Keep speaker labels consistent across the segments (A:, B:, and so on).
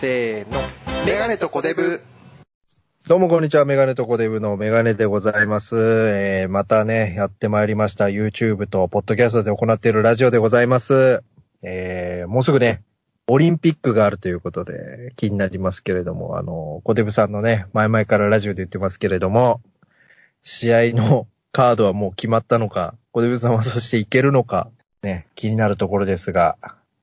A: せーの。メガネとコデブ。
B: どうもこんにちは、メガネとコデブのメガネでございます。えー、またね、やってまいりました YouTube と Podcast で行っているラジオでございます。えー、もうすぐね、オリンピックがあるということで気になりますけれども、あの、コデブさんのね、前々からラジオで言ってますけれども、試合のカードはもう決まったのか、コデブさんはそしていけるのか、ね、気になるところですが、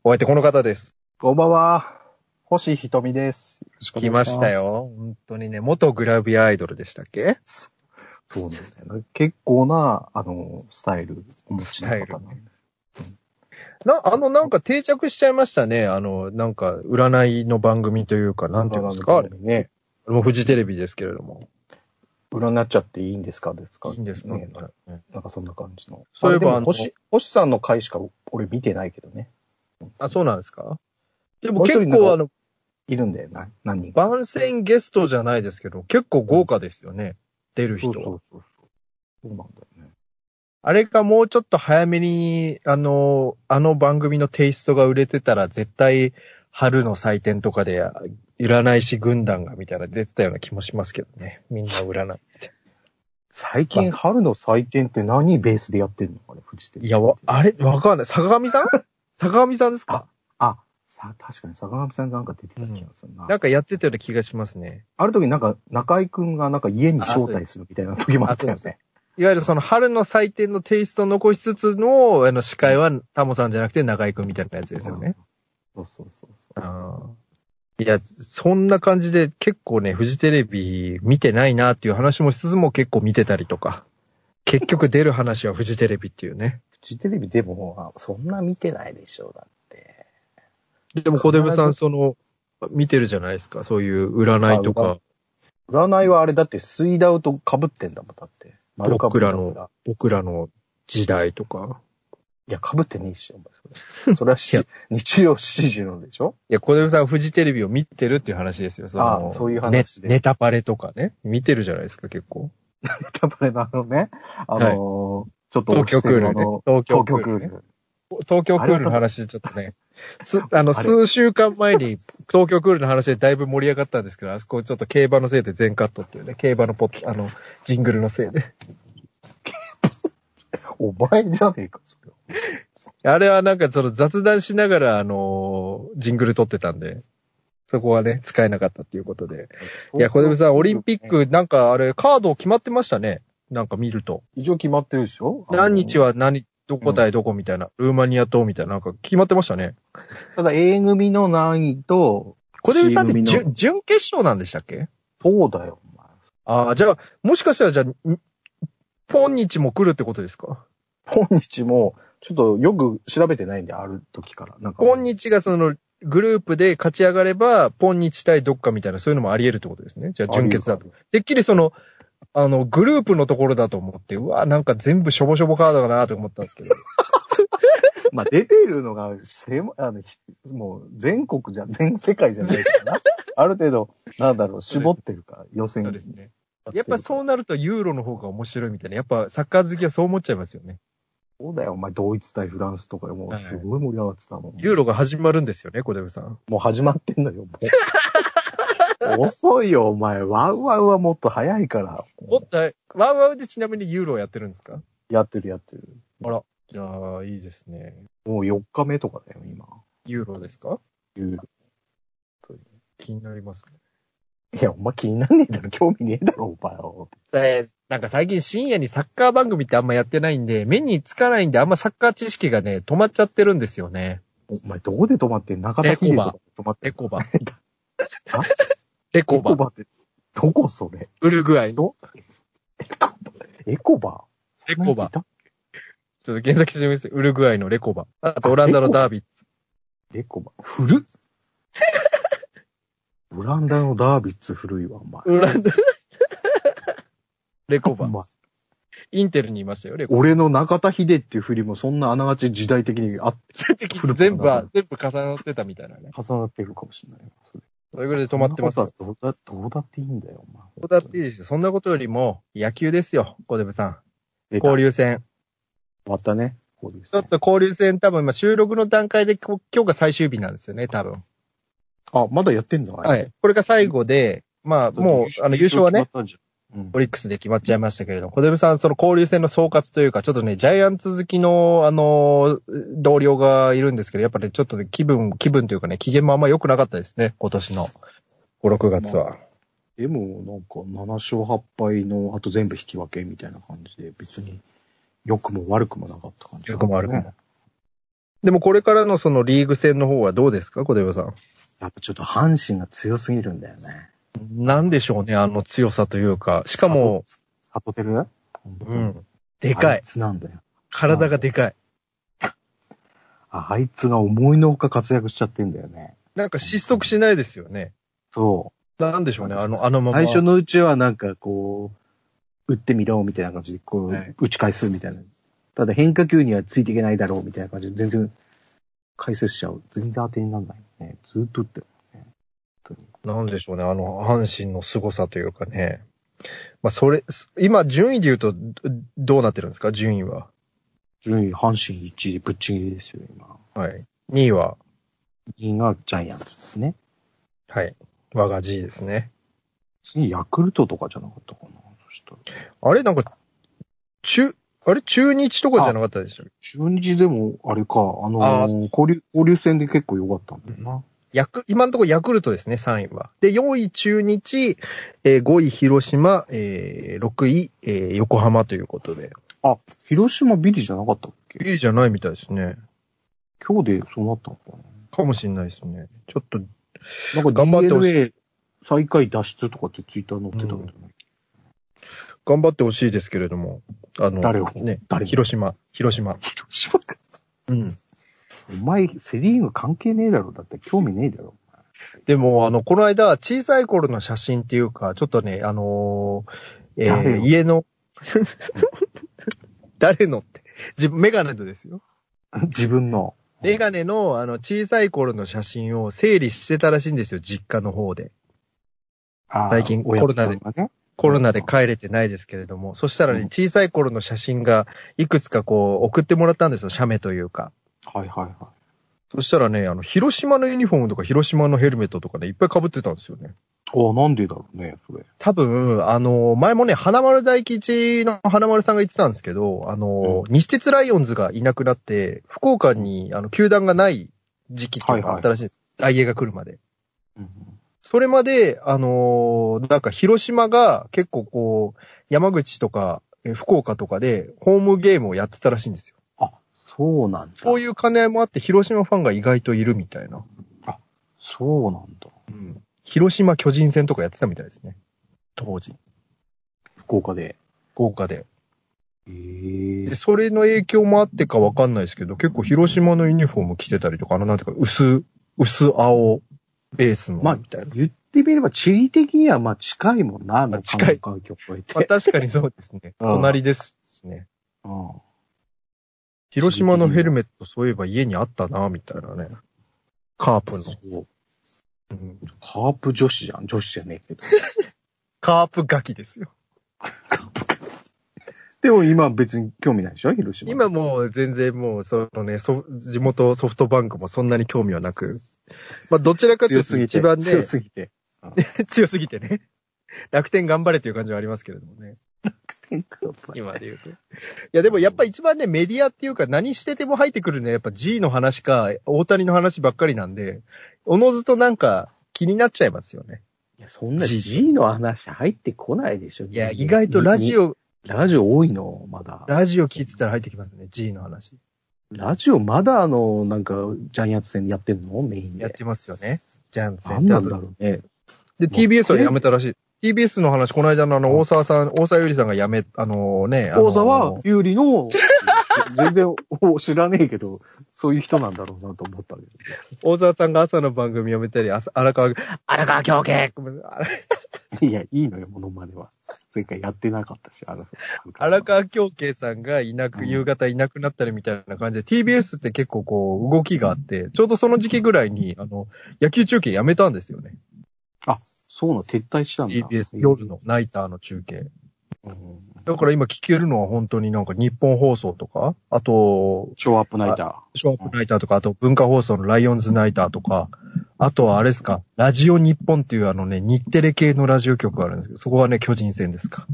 B: お相手この方です。
C: こんばんは。星ひとみです。よろしくお
B: 来
C: 願い
B: ま
C: します
B: した。よ。本当にね、元グラビアアイドルでしたっけ
C: そうなんですよね。結構な、あの、スタイル、お持ちの方なんで。
B: な、あの、なんか定着しちゃいましたね。あの、なんか、占いの番組というか、なんていうんですか、あれ。
C: ね。
B: もうフジテレビですけれども。
C: 裏になっちゃっていいんですかですか
B: いいんですか
C: ね
B: ね。
C: なんかそんな感じの。
B: そういえば
C: あれでも
B: あの
C: 星、星さんの回しか俺見てないけどね。
B: あ、そうなんですかでも
C: もう一
B: 結
C: 人
B: 構、
C: の
B: あの、
C: いるんだよな、何人か。
B: 番宣ゲストじゃないですけど、結構豪華ですよね。出る
C: そう
B: 人
C: そう
B: は。
C: そうそう。そうなんだよね。
B: あれかもうちょっと早めに、あの、あの番組のテイストが売れてたら、絶対、春の祭典とかで、占い師軍団がみたいな出てたような気もしますけどね。みんな占い。
C: 最近、春の祭典って何ベースでやってんのあれ、フジテレビ。
B: いや、わ、あれわかんない。坂上さん 坂上さんですか
C: あ、さ、確かに坂上さんなんか出てた気がするな。
B: なんかやってたような気がしますね。
C: ある時なんか、中井くんがなんか家に招待するみたいな時もあったよ
B: あそう
C: ね。
B: いわゆるその春の祭典のテイストを残しつつの、あの、司会はタモさんじゃなくて中井くんみたいなやつですよね。
C: うん。そうそうそうそう。
B: あーいや、そんな感じで結構ね、フジテレビ見てないなっていう話もしつつも結構見てたりとか。結局出る話はフジテレビっていうね。
C: フジテレビでも、あそんな見てないでしょう、だって。
B: でも小出部さん、
C: 必
B: その、見てるじゃないですか。そういう占いと
C: あ占
B: か、
C: 占いはあれだって、水ダウと被ってんだもん、だって。丸被
B: 僕ら
C: だから
B: の、僕らの時代とか。
C: いや、被ってねえっしょ、お前それ。それはし
B: いや
C: 日曜7時のでしょ
B: いや、小出さんフジテレビを見てるっていう話ですよ。その
C: ああそういう話で
B: ねネタパレとかね。見てるじゃないですか、結構。
C: やっぱりあのね、あのー
B: はい
C: ちょっと
B: 東京クールね
C: あの。
B: 東京
C: 東
B: クー
C: 京ク
B: ル
C: ー
B: ね、
C: ル。
B: 東京クールの話、ちょっとね。す、あの、
C: あれ
B: 数週間前に東京クールの話でだいぶ盛り上がったんですけど、あそこちょっと競馬のせいで全カットっていうね、競馬のポッ、あの、ジングルのせいで。
C: お前じゃねえか、それは。
B: あれはなんかその雑談しながら、あのージングル撮ってたんで、そこはね、使えなかったっていうことで。いや、小出さん、オリンピッ。クなんかあれ、カード決まってましたね。なんか見ると。
C: 一応決まってるでしょ
B: 何日
C: は
B: は何、どこ対どこみたいな、ルーマニアとみたいな、なんか決まってましたね。
C: ただ A 組の何位と、
B: 小出さんって
C: チー
B: 準
C: ム
B: 準決勝なんでしたっけ
C: そうだよ、お前。
B: ああ、じゃあ、もしかしたらじゃあ、ん今日も来るってことですか
C: 今日も、ちょっとよく調べてないんで、ある時から。なんか、
B: 今日がその、グループで勝ち上がれば、今日対どっかみたいな、そういうのもあり得るってことですね。じゃあ、準決だと。てっきりその、あの、グループのところだと思って、うわ、なんか全部しょぼしょぼカードだなと思ったんですけど。
C: まあ、出てるのが、狭いあの、ひもう、全国じゃ、 全世界じゃないからな。ある程度、なんだろう、絞ってるから、予選
B: そ
C: や
B: う
C: っ
B: で
C: てる
B: す
C: か
B: ね。
C: ら
B: やっぱそうなるとユーロの方が面白いみたいな。やっぱサッカー好きはそう思っちゃいますよね。
C: そうだよ、お前、ドイツ対フランスとか、も、
B: はいう
C: すごい盛り上がってたもん。
B: ユーロが始まるんですよね、小出さん。
C: もう始まってんのよ、もう。 遅いよ、お前。ワウワウはもっと早いから。
B: おっと、ワウワウでちなみにユーロをやってるんですか
C: やってる、やってる。
B: じゃあ、いいですね。
C: もう4日目とかだよ、今。
B: ユーロですか
C: いう
B: 気になりますね。
C: いや、お前気になんねえだろ、興味ねえだろ、お前は。
B: えなんか最近深夜にサッカー番組ってあんまやってないんで、目につかないんであんまサッカー知識がね、止まっちゃってるんですよね。
C: お前どこで止まってん中田秀とか止まって
B: レコバ
C: あ。
B: レ
C: エ
B: コ
C: コ
B: バ。
C: バって、どこそれ
B: ウルグアイの。
C: エコバ
B: エコバ
C: そんなやついた
B: ちょっと検索してみます。ウルグアイのレコバ。あとオランダのダービー。
C: エコバ。古っオランダのダービッツ古いわ、お前。
B: ウランダ。レコ
C: お
B: バ。
C: 前
B: インテルにいましたよ、レコバ。
C: 俺の中田秀っていう振りもそんなあながち時代的にあ古くな
B: 全部は、全部重なってたみたいなね。
C: 重なってるかもしれない。それ
B: それぐらいで止まってます。
C: そ
B: ど
C: んなことはどうだ、どうだっていいんだよ、お前。
B: うだっていいですよそんなことよりも、野球ですよ、小出部さん。
C: 出た
B: 交流戦。
C: 終わったね。交流
B: ちょっと交流戦多分今収録の段階でこ今日が最終日なんですよね、多分。
D: あ、まだやってんだ。。
B: はいい。これが最後で、まあ、もう、あの、優勝はね、
C: 決まったんじ
D: うん
B: オリックスで決まっちゃいましたけれども、小出さん、その交流戦の総括というか、ちょっとね、ジャイアンツ好きの、あの、同僚がいるんですけど、やっぱり、ね、ちょっとね、気分、気分というかね、機嫌もあんま良くなかったですね、今年の5、6月は。
D: でも、なんか、7勝8敗の、あと全部引き分けみたいな感じで、別に、良くも悪くもなかった感じ、
B: 良くも悪くも。でもこれからのそのリーグ戦の方はどうですか、小出さん。
C: やっぱちょっと阪神が強すぎるんだよね。
B: なんでしょうね、あの強さというか。しかも、
D: サポテル
B: うん。でか
C: あい
B: い。
C: つなんだよ。
B: 体がでかい。
C: ああいつが思いのほか活躍しちゃってんだよね。
B: なんか失速しないですよね。
C: そ
B: なんでしょうね、あの、あの
C: う。
B: まま。
C: 最初のうちはなんかこう、打ってみろみたいな感じで、こう、
B: はい
C: 打ち返すみたいな。ただ変化球にはついていけないだろうみたいな感じで、全然、解説者を全然当てにならないよね。ずっと打ってるね。本
B: なんでしょうね、あの、阪神の凄さというかね。まあ、それ、今、順位で言うと、どどうなってるんですか順位は。
C: 当に順位、阪神1位、ぶっちぎりですよ、今。
B: はい。2位は、
C: 2位がジャイアンツですね。
B: はい。我が G ですね。
C: 次、ヤクルトとかじゃなかったかな。そしたら
B: あれなんか、中、あれ中日とかじゃなかったでしょ
C: 中日でも、あれか、あのー
B: あ
C: 交流、交流戦で結構良かったんだよな。
B: ヤク、今のところヤクルトですね、3位は。で、4位中日、えー5位広島、えー6位、えー横浜ということで。
C: あ、広島ビリじゃなかったっけ
B: ビリじゃないみたいですね。
C: 今日でそうなったのか
B: かもしれないですね。ちょっと、
C: ななんか
B: 頑張ってほしい
C: DNA 最下位脱出とかってツイッターに載ってたけどね。
B: 頑張ってほしいですけれども。あの、
C: 誰を
B: ね、
C: 誰を
B: 広島、広島。
C: 広島か
B: うん。
C: お前、セリーグ関係ねえだろ。だって興味ねえだろ。
B: でも、あの、この間、小さい頃の写真っていうか、ちょっとね、あのーえー
C: 誰の
B: 家の、 誰のって、自分、メガネとですよ。
C: 自分の。
B: メガネの、あの、小さい頃の写真を整理してたらしいんですよ、実家の方で。
C: あー
B: 最近コロナで。
C: 親とかね
B: コロナで帰れてないですけれども、そしたら
C: うん
B: ね、小さい頃の写真が、いくつかこう、送ってもらったんですよ、写メというか。
C: はいはいはい。
B: そしたらね、あの、広島のユニフォームとか、広島のヘルメットとかね、いっぱい被ってたんですよね。
C: ああ、なんでだろうね、それ。
B: 多分、あの、前もね、花丸大吉の花丸さんが言ってたんですけど、あの、西鉄ライオンズがいなくなって、福岡に、あの、球団がない時期っていうのがあったらしいんです。大英が来るまで。
C: うん
B: それまで、あのーなんか広島が結構こう、山口とか、えー福岡とかでホームゲームをやってたらしいんですよ。
C: あ、そうなんだ。
B: そういう兼ね合いもあって、広島ファンが意外といるみたいな。
C: そうなんだ。
B: うん。広島巨人戦とかやってたみたいですね。当時。
C: 福岡で。
B: 福岡で。
C: ええ
B: で、それの影響もあってかわかんないですけど、結構広島のユニフォーム着てたりとか、あの、なんていうか、薄、薄青ベースの、
C: まあ
B: みたいな。
C: 言ってみれば、地理的にはまあ近いもんな、あの、
B: 近い
C: 環境を越えて。
B: まあ、確かにそうですね。
C: うん
B: 隣ですしね。
C: うん
B: 広島のヘルメット、そういえば家にあったな、みたいなね。カープの。
C: そう
B: うん
C: カープ女子じゃん。女子じゃねえけど。
B: カープガキですよ。
C: でも今別に興味ないでしょ広島。
B: 今もう全然もう、そのね、ソ地元ソフトバンクもそんなに興味はなく。まあ、どちらかとい
C: 強
B: う
C: す
B: と
C: ぎて。
B: 一番ね、
C: 強すぎて。
B: 強すぎてね。楽天頑張れという感じはありますけれどもね。今
C: 今
B: で言うと。いや、でもやっぱ一番ね、メディアっていうか何してても入ってくるね、やっぱ G の話か、大谷の話ばっかりなんで、おのずとなんか気になっちゃいますよね。
C: いや、そんな
B: じ
C: G の話入ってこないでしょ
B: いや、意外とラジ。オ、
C: ラジオ多いの、まだ。
B: ラジオ聞いてたら入ってきますね、G の話。
C: ラジオまだあの、なんか、ジャイアンツ戦やってんのメイン
B: やっ
C: で。
B: てますよね。じゃんせ
C: なんなんだろうね。
B: で、TBS はやめたらしい。TBS の話、この間のあの、大沢さん、大沢ゆりさんがやめ、あのね、あの
C: 講座は、有利 の、全然お知らねえけど、そういう人なんだろうなと思ったけど。
B: 大沢さんが朝の番組やめたり、あさ荒川、荒川京慶ごめんなさいあら
C: いや、いいのよ、モノマネは。 前回やってなかったし、荒
B: 荒川京慶さんがいなく、夕方いなくなったりみたいな感じで、TBS って結構こう、動きがあって、ちょうどその時期ぐらいに、あの、野球中継やめたんですよね。
C: そうなの、撤退したんだ。
B: TBS 夜のナイターの中継。
C: うん。
B: だから今聞けるのは本当になんか日本放送とか、あと、
C: ショーアップナイタ
B: ショーアップナイターとか、あと文化放送のライオンズナイターとか、あとはあれですか、ラジオ日本っていうあのね、日テレ系のラジオ局があるんですけど、そこはね、巨人戦ですか。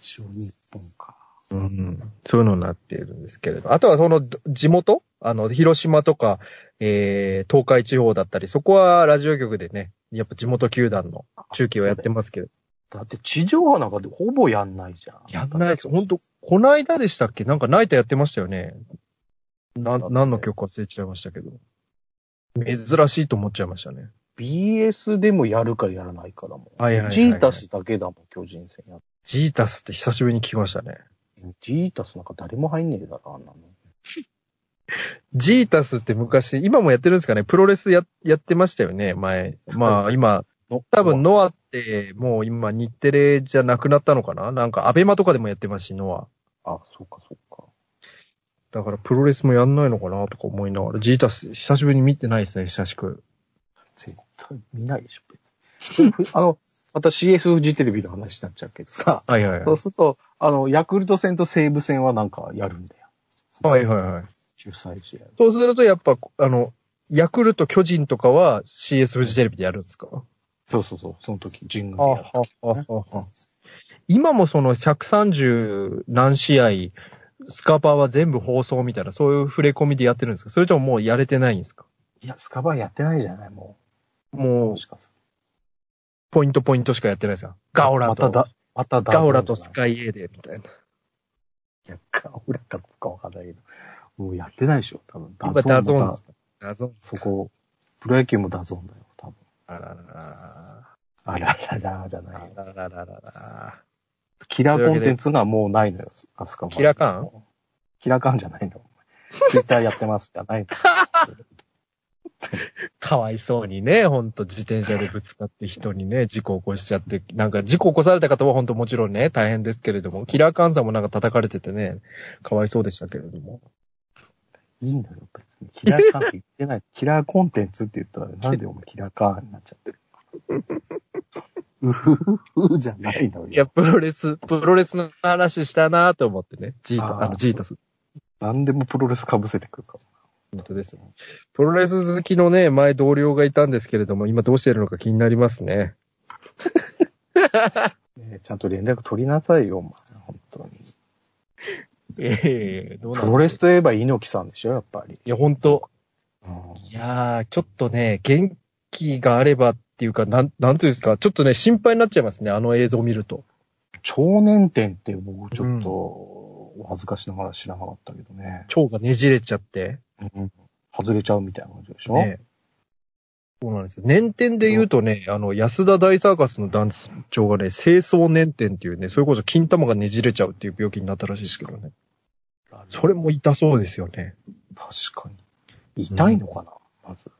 E: 一応日本か。
B: うん、そういうのになっているんですけれど。あとはそのど地元あの、広島とか、えー、東海地方だったり、そこはラジオ局でね、やっぱ地元球団の中継をやってますけど。
C: だって地上波なんかでほぼやんないじゃん。
B: やんないです。ほんと、こないだでしたっけなんかナイターやってましたよね。な、何の曲か忘れちゃいましたけど。珍しいと思っちゃいましたね。
C: BS でもやるかやらないからも。
B: はいはいはいはい
C: ジータスだけだもん、巨人戦やっ
B: ジータスって久しぶりに聞きましたね。
C: て。ジータスなんか誰も入んねえだろ、あんなの。
B: ジータスって昔、今もやってるんですかねプロレスや、やってましたよね前。まあ今、
C: の
B: 多分ノアってもう今日テレじゃなくなったのかななんかアベマとかでもやってますし、ノア。
C: あ、そうかそうか。
B: だからプロレスもやんないのかなとか思いながら、ジータス久しぶりに見てないですね、久しく。
C: 絶対見ないでしょ、別に。 ふあの、また CS フジテレビの話になっちゃうけどさ、
B: はいはいは
C: そうすると、あの、ヤクルト戦と西武戦はなんかやるんだよ。
B: い。はいはいはい。
C: 主催試合。
B: そうするとやっぱ、あの、ヤクルト巨人とかは CS フジテレビでやるんですか
C: そうそうそう、その時、神宮で
B: あ
C: やる。
B: はははは今もその130何試合、スカパーは全部放送みたいな、そういう触れ込みでやってるんですかそれとももうやれてないんですか
C: いや、スカバーやってないじゃない、もう。
B: もう
C: もし、かする
B: ポイントポイントしかやってないですかガオラ
C: また
B: と、
C: だ、まただ。
B: ガオラとスカイエーデーみたいな。
C: いや、ガオラかどうかわかんないけど。もうやってないでしょ、多分。
B: 今ダゾーンで
C: ます
B: かダゾーン。
C: たそこ、プロ野球もダゾーンだよ、多分。
B: あららら
C: あらららじゃ ないよ。
B: らららららら。
C: キラーコンテンツがもうないのよ、あそこ
B: キラカン
C: キラカンじゃないの。ツイッターやってますじゃない
B: かわいそうにね、ほんと自転車でぶつかって人にね、事故起こしちゃって、なんか事故起こされた方はほんともちろんね、大変ですけれども、キラーカンさんもなんか叩かれててね、かわいそうでしたけれども。
C: の。いいのよ、別に。キラーカンって言ってない。 キラーコンテンツって言ったら、なんでお前キラーカンになっちゃってる。うふふふじゃないのよ。
B: いや、プロレス、プロレスの話したなぁと思ってね、ジー
C: あ
B: タ、
C: ー
B: あの、ジータス。
C: なんでもプロレス被せてくるから。
B: 本当です。プロレス好きのね、前同僚がいたんですけれども、今どうしてるのか気になりますね。
C: ねえちゃんと連絡取りなさいよ、お前。本当に。
B: ええどう
C: プ
B: なん
C: ロレスといえば猪木さんでしょ、やっぱり。
B: いや、ほんと。
C: うん
B: いやー、ちょっとね、元気があればっていうか、なん、なんていうんですか、ちょっとね、心配になっちゃいますね、あの映像を見ると。
C: 超年点って僕ちょっと、お恥ずかしながら知らなかったけどね。
B: 腸がねじれちゃって。
C: うん外れちゃうみたいな感じでしょ、
B: ね。そうなんですよ。年点で言うとね、あの、安田大サーカスの団長がね、清掃年点っていうね、それこそ金玉がねじれちゃうっていう病気になったらしいですけどね。それも痛そうですよね。
C: 確かに。痛いのかな、ま ず。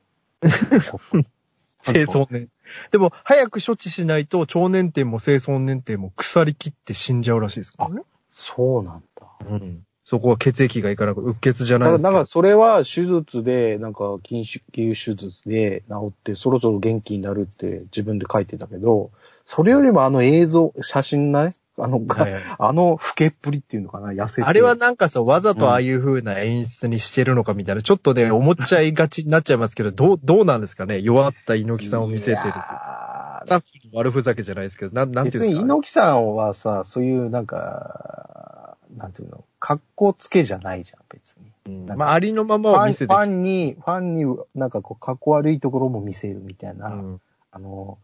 B: 清掃年。でも、早く処置しないと、腸年点も清掃年点も腐りきって死んじゃうらしいですからね。
C: そうなんだ。
B: うん。そこは血液がいかなく、うっ血じゃ
C: だ
B: ないで
C: から
B: す
C: な
B: け
C: ん
B: ど
C: か、それは手術で、なんか、緊急手術で治って、そろそろ元気になるって自分で書いてたけど、それよりもあの映像、写真がね、あの、
B: はいはい
C: あの、老けっぷりっていうのかな、痩せて
B: あれは、なんかさ、わざとああいう風な演出にしてるのかみたいな、ちょっとね、思っちゃいがちになっちゃいますけど、どう、どうなんですかね弱った猪木さんを見せてる
C: い。
B: ス
C: や
B: タッフの悪ふざけじゃないですけど、なん、なん
C: ー
B: てい
C: 別
B: うんで
C: に
B: すかね。
C: 猪木さんはさ、そういうなんか、なんていうの、格好つけじゃないじゃん、別に。
B: うんまあ、ありのままを見せて
C: ファ
B: き
C: ンファンに、ファンになんかこう、格好悪いところも見せるみたいな、
B: た。うん
C: あの、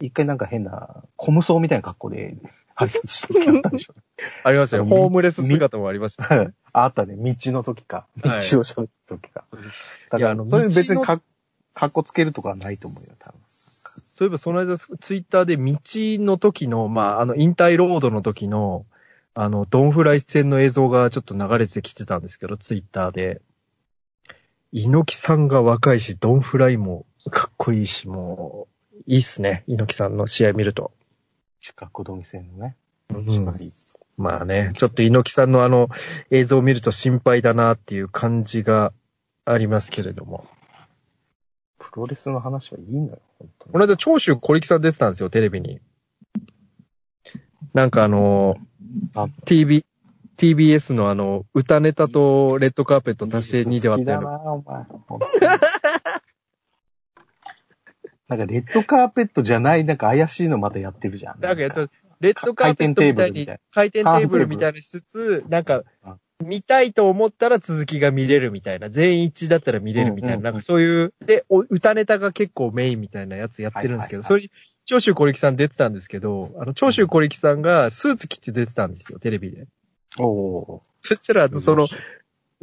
C: 一回なんか変な、コムソーみたいな格 好で挨拶した時あったでしょ。
B: ありましたよ。
C: み
B: ホームレス姿もありましたよ。
C: ああったね、道の時か。道を
B: はい
C: 喋った時か。だ
B: い
C: か
B: やあ
C: ら、
B: の
C: そういう別
B: 道
C: に
B: の
C: か格好つけるとかはないと思うよ、多分。
B: そういえば、その間、ツイッターで道の時の、まあ、あの、引退ロードの時の、あの、ドンフライ戦の映像がちょっと流れてきてたんですけど、ツイッターで。猪木さんが若いし、ドンフライもかっこいいし、もう、いいっすね。猪木さんの試合見ると。
C: 四角同ぎ線のね。
B: うん
C: 縛り
B: まあね、ちょっと猪木さんのあの映像を見ると心配だなっていう感じがありますけれども。
C: プロレスの話はいいのよ、本当に。
B: この間、長州小力さん出てたんですよ、テレビに。なんかあの
C: あ、
B: TB、TBS のあの、歌ネタとレッドカーペット足して2で割ったよう
C: 好きだ
B: な。
C: な、お前。 なんかレッドカーペットじゃない、なんか怪しいのまたやってるじゃん。
B: なんかやっと、レッドカーペットみたいに、回転テーブルみたいなしつつ、なんか
C: うん、
B: 見たいと思ったら続きが見れるみたいな、全員一致だったら見れるみたいな、
C: うんうんうん
B: なんかそういう、で、お歌ネタが結構メインみたいなやつやってるんですけど、
C: はいは
B: それに、長州小力さん出てたんですけど、あの、長州小力さんがスーツ着て出てたんですよ、テレビで。
C: お
B: そしたら、
C: ー
B: その、、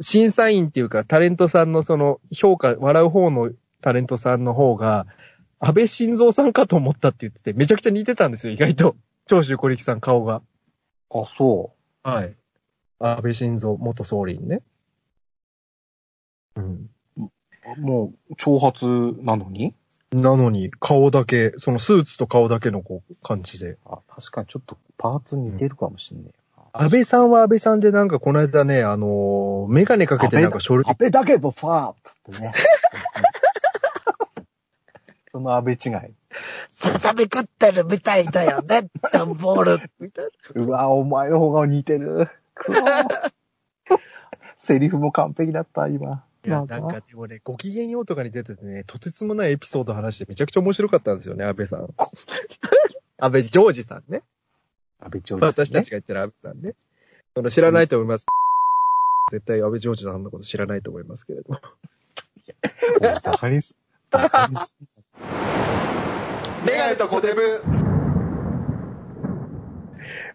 B: 審査員っていうか、タレントさんのその、評価、笑う方のタレントさんの方が、安倍晋三さんかと思ったって言ってて、めちゃくちゃ似てたんですよ、意外と。 長州小力さん顔が。
C: あ、そ
B: はい。安倍晋三元総理にね。うん。
C: う。もう、挑発なのに
B: なのに、顔だけ、そのスーツと顔だけのこう、感じで。
C: あ、確かにちょっとパーツ似てるかもしんね
B: 安倍さんは安倍さんでなんかこの間ね、あのーメガネかけてなんか書類
C: え。安倍だけどさ、つって ね。その安倍違い。
B: 定め食ってるみたいだよね、ダンボール。み たいう
C: わ、お前の方が似てる。くそーセリフも完璧だった、今。
B: な。いや、なんかでもね、ご機嫌ようとかに出ててね、とてつもないエピソード話してめちゃくちゃ面白かったんですよね、安倍さん。 安倍ジョージさんね。
C: 安倍長
B: 私たちが言ってる安倍さんね。その知らないと思います。 絶対安倍ジョージさんのこと知らないと思いますけれど。
C: バカにす。バカに す。
F: メガネとコデブ。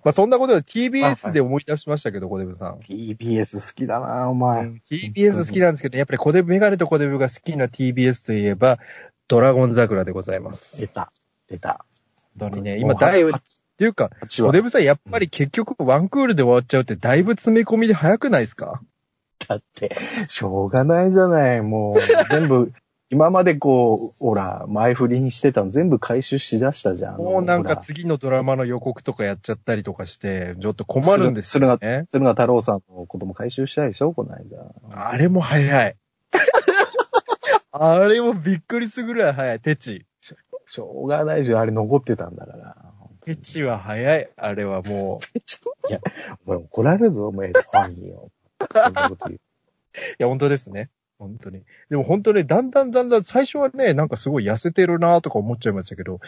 B: まあそんなことで
C: あは
B: TBS
C: い
B: で思い出しましたけど、小出部さん。
C: TBS 好きだな、お前。
B: TBS 好きなんですけど、やっぱり小出部、メガネと小出部が好きな TBS といえば、ドラゴン桜でございます。
C: 出た。出た。
B: 本当にね、
C: もう
B: 今第、っ
C: は
B: ていうか、
C: 8
B: 小
C: 話
B: 出部さんやっぱり結局ワンクールで終わっちゃうってだいぶ詰め込みで早くないですか
C: だって、しょうがないじゃない、もう。全部、 今までこう、ほら、前振りにしてたの全部回収しだしたじゃん。
B: もうなん
C: ほ
B: から次のドラマの予告とかやっちゃったりとかして、ちょっと困るんですよね。
C: 鶴ヶ太郎さんのことも回収したでしょこの間。
B: あれも早い。 あれもびっくりするぐらい早い。テチ。
C: しょうがないじゃん。あれ残ってたんだから。
B: テチは早い。あれはもう。
C: お前怒られるぞ、お前、ファンによ。そんなこと言う
B: いや、本当ですね。本当に。でも本当ね、だんだんだんだん、最初はね、なんかすごい痩せてるなとか思っちゃいましたけど、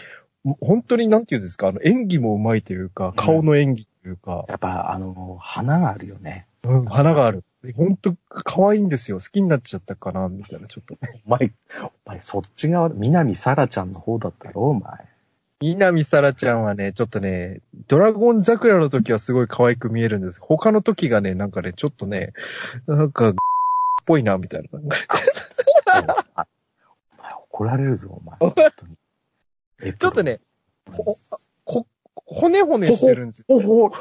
B: もう本当になんていうんですか、あの、演技もうまいというか、顔の演技というか、
C: やっぱ、あの、花があるよね。
B: うん、花がある。で本当可愛いんですよ。好きになっちゃったかな、みたいな、ちょっと。
C: お前、お前、そっち側、南沙羅ちゃんの方だったろ、お前。
B: 南沙羅ちゃんはね、ちょっとね、ドラゴン桜の時はすごい可愛く見えるんです。他の時がね、なんかね、ちょっとね、なんか、っぽいな、みたいな。
C: あお前怒られるぞ、お前。本当に
B: ちょっとね、ほ、こ、骨骨してるんですよ。
C: ほほ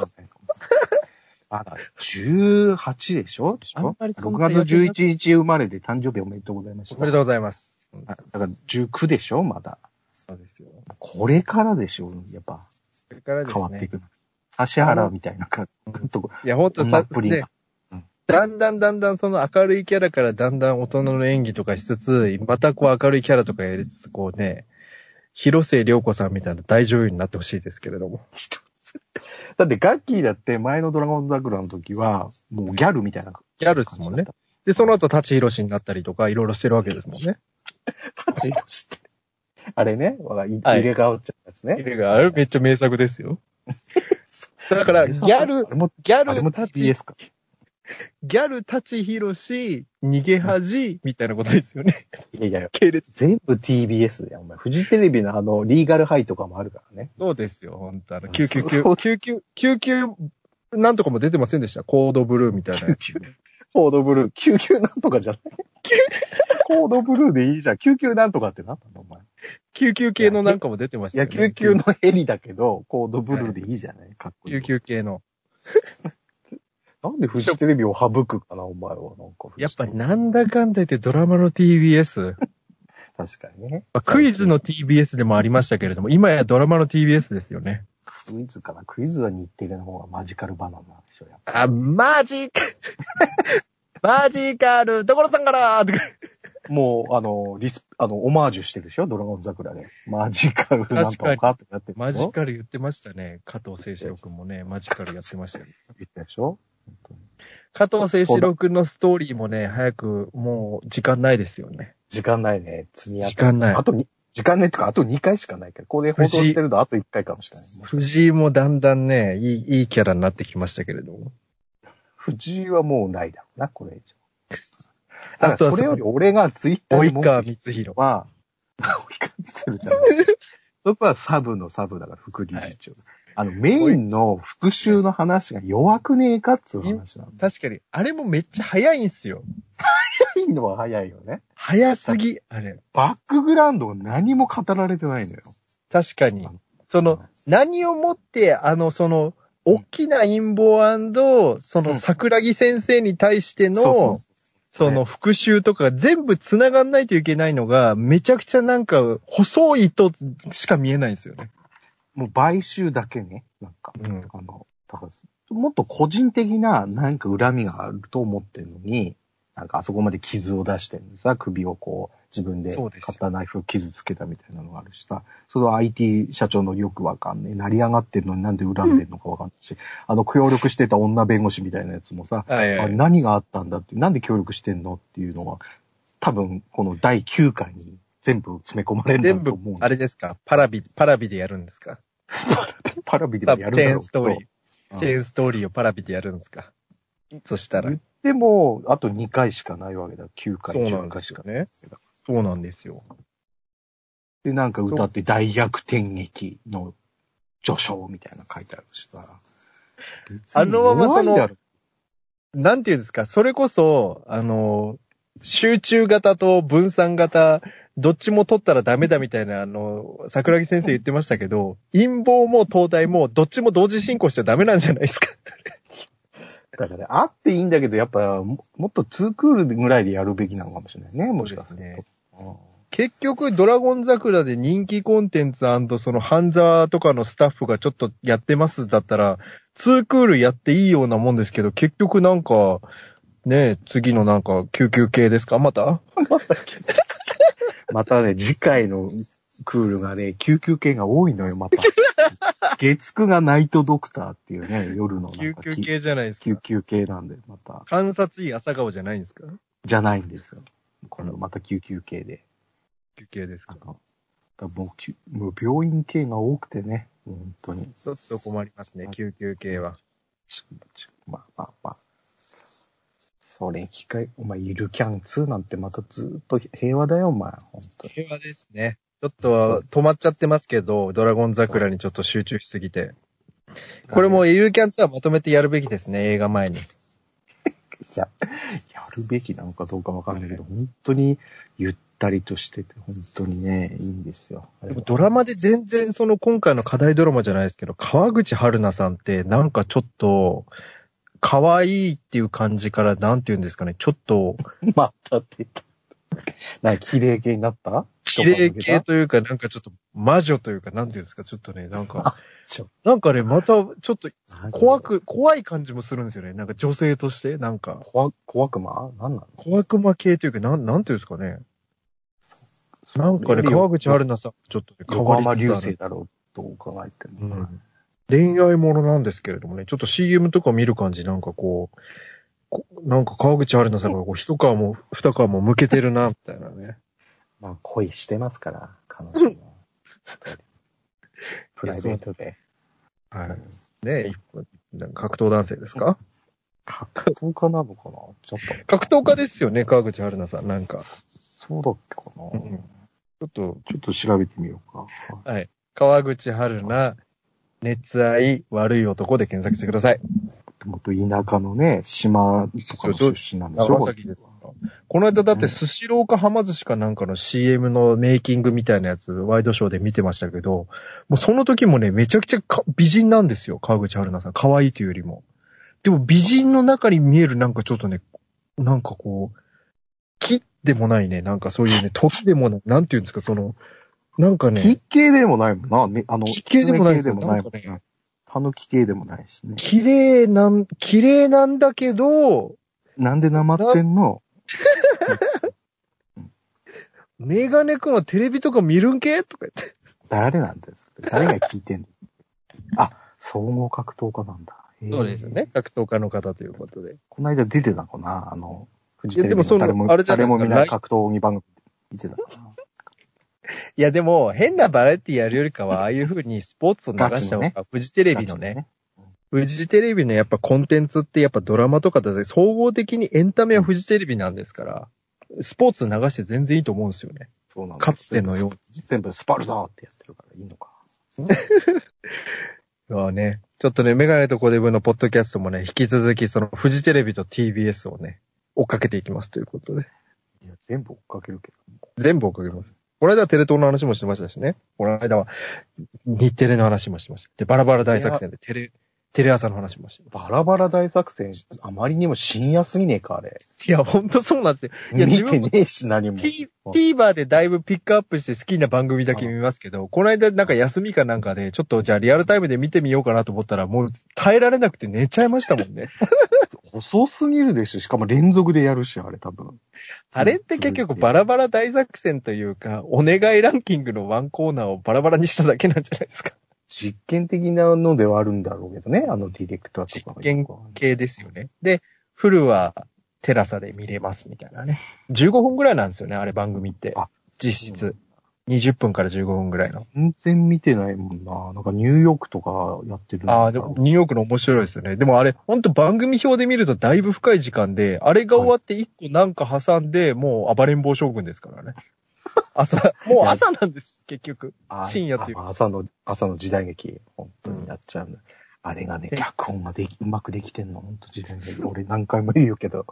C: あら、18でしょでし
B: あん
C: ょ
B: まり
C: ?6 月11日生まれで誕生日おめでとうございました。
B: おめでとうございます。
C: あだから19でしょまだ。
B: そうですよ。
C: これからでしょやっぱ、
B: それからです
C: 変わってい
B: ね。
C: くの。指原みたいな感じのとこ。
B: いや、ほんとさ、
C: プリン
B: ね、だんだんだんだんその明るいキャラからだんだん大人の演技とかしつつ、またこう明るいキャラとかやりつつ、こうね、広末涼子さんみたいな大女優になってほしいですけれども。
C: だってガッキーだって前のドラゴン桜の時は、もうギャルみたいな感
B: ギャルですもんね。で、その後、立ち広しになったりとか、いろいろしてるわけですもんね。
C: じだった。あれね、わがい
B: はい
C: 入れ替わっちゃったやつね。
B: あれめっちゃ名作ですよ。 だ から、ギャル
C: あ、れも、
B: ギャ
C: あれ
B: ル
C: も
B: 立ち、
C: TBS か。
B: ギャル立ち広し、逃げ恥、みたいなことですよね。
C: いやいや、
B: 系列。
C: 全部 TBS だよ、お前。フジテレビのあの、リーガルハイとかもあるからね。
B: そうですよ、本当あの、
C: うん
B: 救急、救急、救急、なんとかも出てませんでした。コードブルーみた いなやつ。
C: コードブルー、救急なんとか じゃないコードブルーでいいじゃん。救急なんとかってなんなんだ、お前。
B: 救急系のなんかも出てまし
C: い
B: たよ
C: や、
B: ね。
C: 救急のヘリだけど、コードブルーでいいじゃないかっこいい。
B: 救急系の。
C: なんでフジテレビを省くかな、お前は。なんかフジテレビ。
B: やっぱなんだかんだ言ってドラマの TBS。
C: 確かにね。
B: まあクイズの TBS でもありましたけれども、今やドラマの TBS ですよね。
C: クイズかな。クイズは日テレの方がマジカルバナナでしょ、やっぱ。
B: あ、マジ カマジカル、どころさんからとか。
C: もう、あの、リス、あの、オマージュしてるでしょドラゴン桜で。マジカルなんとかってやってるでしょ
B: マジカル言ってましたね。加藤清志郎くんもね、マジカルやってましたよ。
C: 言ったでしょ本当に
B: 加藤清志郎くんのストーリーもね、早く、もう時間ないですよね。
C: 時間ないね。次あと
B: 時間ない
C: あとに時間ねとか、あと2回しかないから、ここで放送してるのあと1回かもしれない。
B: 藤井もだんだんね、いい、いいキャラになってきましたけれども。
C: 藤井はもうないだろうな、これ以上。
B: あ
C: あ
B: とは
C: と、それより俺がツイッター
B: 及
C: に文句
B: 川
C: 言っ
B: 光弘。
C: は、 及川見せるじゃない。そこはサブのサブだから、副理事長。あの、メインの復讐の話が弱くねえかっつう話なの。
B: 確かに、あれもめっちゃ早いんすよ。
C: メインのは早いよね。
B: 早すぎ、あれ。
C: バックグラウンドが何も語られてないのよ。
B: 確かに。その、何をもって、あの、その、大きな陰謀そうの
C: ん
B: 桜木先生に対しての、
C: そうそう
B: その復讐とか全部繋がんないといけないのが、めちゃくちゃなんか細い糸しか見えないんですよね。
C: もう買収だけね。なんか、
B: うん
C: あの、だから、もっと個人的な、なんか恨みがあると思ってるのに、なんかあそこまで傷を出してるんですさ、首をこう、自分で
B: そうですよ
C: 買ったナイフを傷つけたみたいなのがあるしさ、その IT 社長のよくわかんねえ、成り上がってるのになんで恨んでるのかわかんないし、あの、協力してた女弁護士みたいなやつもさ、
B: はい
C: あれ何があったんだって、なんで協力してんのっていうのが、多分、この第9回に全部詰め込まれるんだ
B: 全
C: と
B: 部
C: 思うん、だ
B: あれですかパラビ、パラビでやるんですか
C: パラビで
B: チ
C: も
B: ェ
C: やるんだ
B: ー
C: ろ
B: ン
C: う
B: ス
C: けど
B: トーリー。チェーンストーリーをパラビでやるんですかそしたら
C: 言。でも、あと2回しかないわけだ。9回、
B: そうな
C: 10
B: んで
C: 回
B: す
C: し
B: よ
C: か。
B: ね。そうなんですよ。
C: で、なんか歌って大逆転劇の序章みたいなの書いてあるしさ。
B: あのままその
C: 別に弱いだろ
B: なんていうんですか、それこそ、あの、集中型と分散型、どっちも取ったらダメだみたいな、あの、桜木先生言ってましたけど、陰謀も東大もどっちも同時進行しちゃダメなんじゃないですか。
C: だから、あっていいんだけど、やっぱも、もっとツークールぐらいでやるべきなのかもしれないね、もしかする
B: そ
C: と。
B: うです
C: うん
B: 結局、ドラゴン桜で人気コンテンツその半沢とかのスタッフがちょっとやってますだったら、ツークールやっていいようなもんですけど、結局なんか、ねえ、次のなんか、救急系ですかまた
C: またね、次回のクールがね、救急系が多いのよ、また。月9がナイトドクターっていうね、夜のなん
B: 救
C: か
B: 急
C: き
B: 系じゃないです
C: 救
B: か。
C: 急系なんで、また。
B: 観察医朝顔じゃないんですか
C: じゃないんですよ。これまた救急系で。
B: 救急です
C: あ
B: か
C: の、だもうきゅもう病院系が多くてね、本当に。
B: ちょっと困りますね、救急系は。
C: ちちまあまあまあ。それに引き換え、お前、ゆるキャン2なんてまたずっと平和だよ、お前。本当に。
B: 平和ですね。ちょっと止まっちゃってますけど、ドラゴン桜にちょっと集中しすぎて。これもエルキャンツアーまとめてやるべきですね、映画前に。
C: や、やるべきなのかどうかわかんないけど、本当にゆったりとしてて、本当にね、いいんですよ。
B: でもドラマで全然その今回の課題ドラマじゃないですけど、川口春奈さんってなんかちょっと、可愛いっていう感じから、なんて言うんですかね、ちょっと、
C: またって言った。 なんか綺麗系になった
B: 綺麗系というか、なんかちょっと魔女というか、なんて言うんですか、ちょっとね、なんか
C: ちょ、
B: なんかね、また、ちょっと怖
C: く。
B: く、怖い感じもするんですよね。なんか女性として、なんか、
C: 怖、怖くまなんなの
B: 小悪魔系というか、なん、なんていうんですかね。なんかね、川口春奈さん、ちょっとね、変
C: 横
B: わ
C: 浜
B: りつ
C: 流
B: つあ
C: 星
B: る。
C: だろうと伺えてる、
B: うん恋愛ものなんですけれどもね、ちょっと CM とか見る感じ、なんかこう、こなんか川口春奈さんがこう、一皮も二皮も向けてるな、みたいなね。
C: まあ恋してますから、彼女も。プライベートで。
B: はい。ね一なんか格闘男性ですか
C: 格闘家なのかなちょっと。
B: 格闘家ですよね、川口春奈さん、なんか。
C: そうだっけかな、
B: うんちょっと、
C: ちょっと調べてみようか。
B: 川口春奈、熱愛、悪い男で検索してください。
C: もっと田舎のね、島とかの出身なんでしょ
B: 長崎ですから。この間だって、スシローかはま寿司かなんかの CM のメイキングみたいなやつ、ワイドショーで見てましたけど、もうその時もね、めちゃくちゃか美人なんですよ、川口春奈さん。可愛いというよりも。でも美人の中に見えるなんかちょっとね、なんかこう、木でもないね、なんかそう いうね、時でもない、なんていうんですか、その、なんかね、
C: 木系でもないもんな。ね、あの、
B: 木系でもないですよ
C: 狐系でもないも
B: なんか
C: んな。たぬき系でもないしね。
B: 綺麗なん、綺麗なんだけど、
C: なんでなまってんの
B: メガネ君はテレビとか見るんけとか言って。
C: 誰なんですか誰が聞いてんのあ、総合格闘家なんだ。へー
B: そうですよね。。格闘家の方ということで。
C: この間出てたかなあの、フジ
B: い
C: テ
B: や
C: レ
B: で
C: ビ
B: もそ
C: の
B: の
C: 誰も、
B: あれじゃない
C: 誰
B: ですか
C: も見ない格闘技番組見てたかな。
B: いや、でも、変なバラエティやるよりかは、ああいう風にスポーツを流した方
C: ガチ
B: が、フジテレビのね、。フジテレビのやっぱコンテンツってやっぱドラマとかだって、総合的にエンタメはフジテレビなんですから、スポーツ流して全然いいと思うんですよね。
C: そうなんだ
B: かつてのように。
C: 全部スパルタってやってるからいいのか。
B: まあね、ちょっとね、メガネとコデブのポッドキャストもね、引き続きそのフジテレビと TBS をね、追っかけていきますということで。
C: いや、全部追っかけるけ
B: 全部追っかけます。この間はテレ東の話もしてましたしね。この間は日テレの話もしてました。で、バラバラ大作戦でテレ、テレ朝の話もしてま
C: ど。バラバラ大作戦、あまりにも深夜すぎねえか、あれ。
B: す。いや、ほんとそうなんですよ。いや
C: 見てねえし、何も。
B: T、TVer でだいぶピックアップして好きな番組だけ見ますけど、この間なんか休みかなんかで、ちょっとじゃあリアルタイムで見てみようかなと思ったら、もう耐えられなくて寝ちゃいました もんね。
C: 細すぎるでしょ。しかも連続でやるし、あれ多分。
B: あれって結局バラバラ大作戦というか、お願いランキングのワンコーナーをバラバラにしただけなんじゃないですか。
C: 実験的なのではあるんだろうけどね、あのディレクターとかが
B: 実験系ですよね。で、フルはテラサで見れますみたいなね。15分ぐらいなんですよね、あれ番組って
C: あ。
B: 実質。20分から15分ぐらいの。
C: 全然見てないもんな。なんかニューヨークとかやってるの
B: ああ、でもニューヨークの面白いですよね。でもあれ、ほんと番組表で見るとだいぶ深い時間で、あれが終わって1個なんか挟んで、もう暴れん坊将軍です からね。朝、もう朝なんです、結局。
C: あ
B: 深夜っていう
C: あ朝の、朝の時代劇、本当にやっちゃう、あれがね、
B: え
C: 脚本ができ、うまくできてんの、本当時代劇。俺何回も言うけど、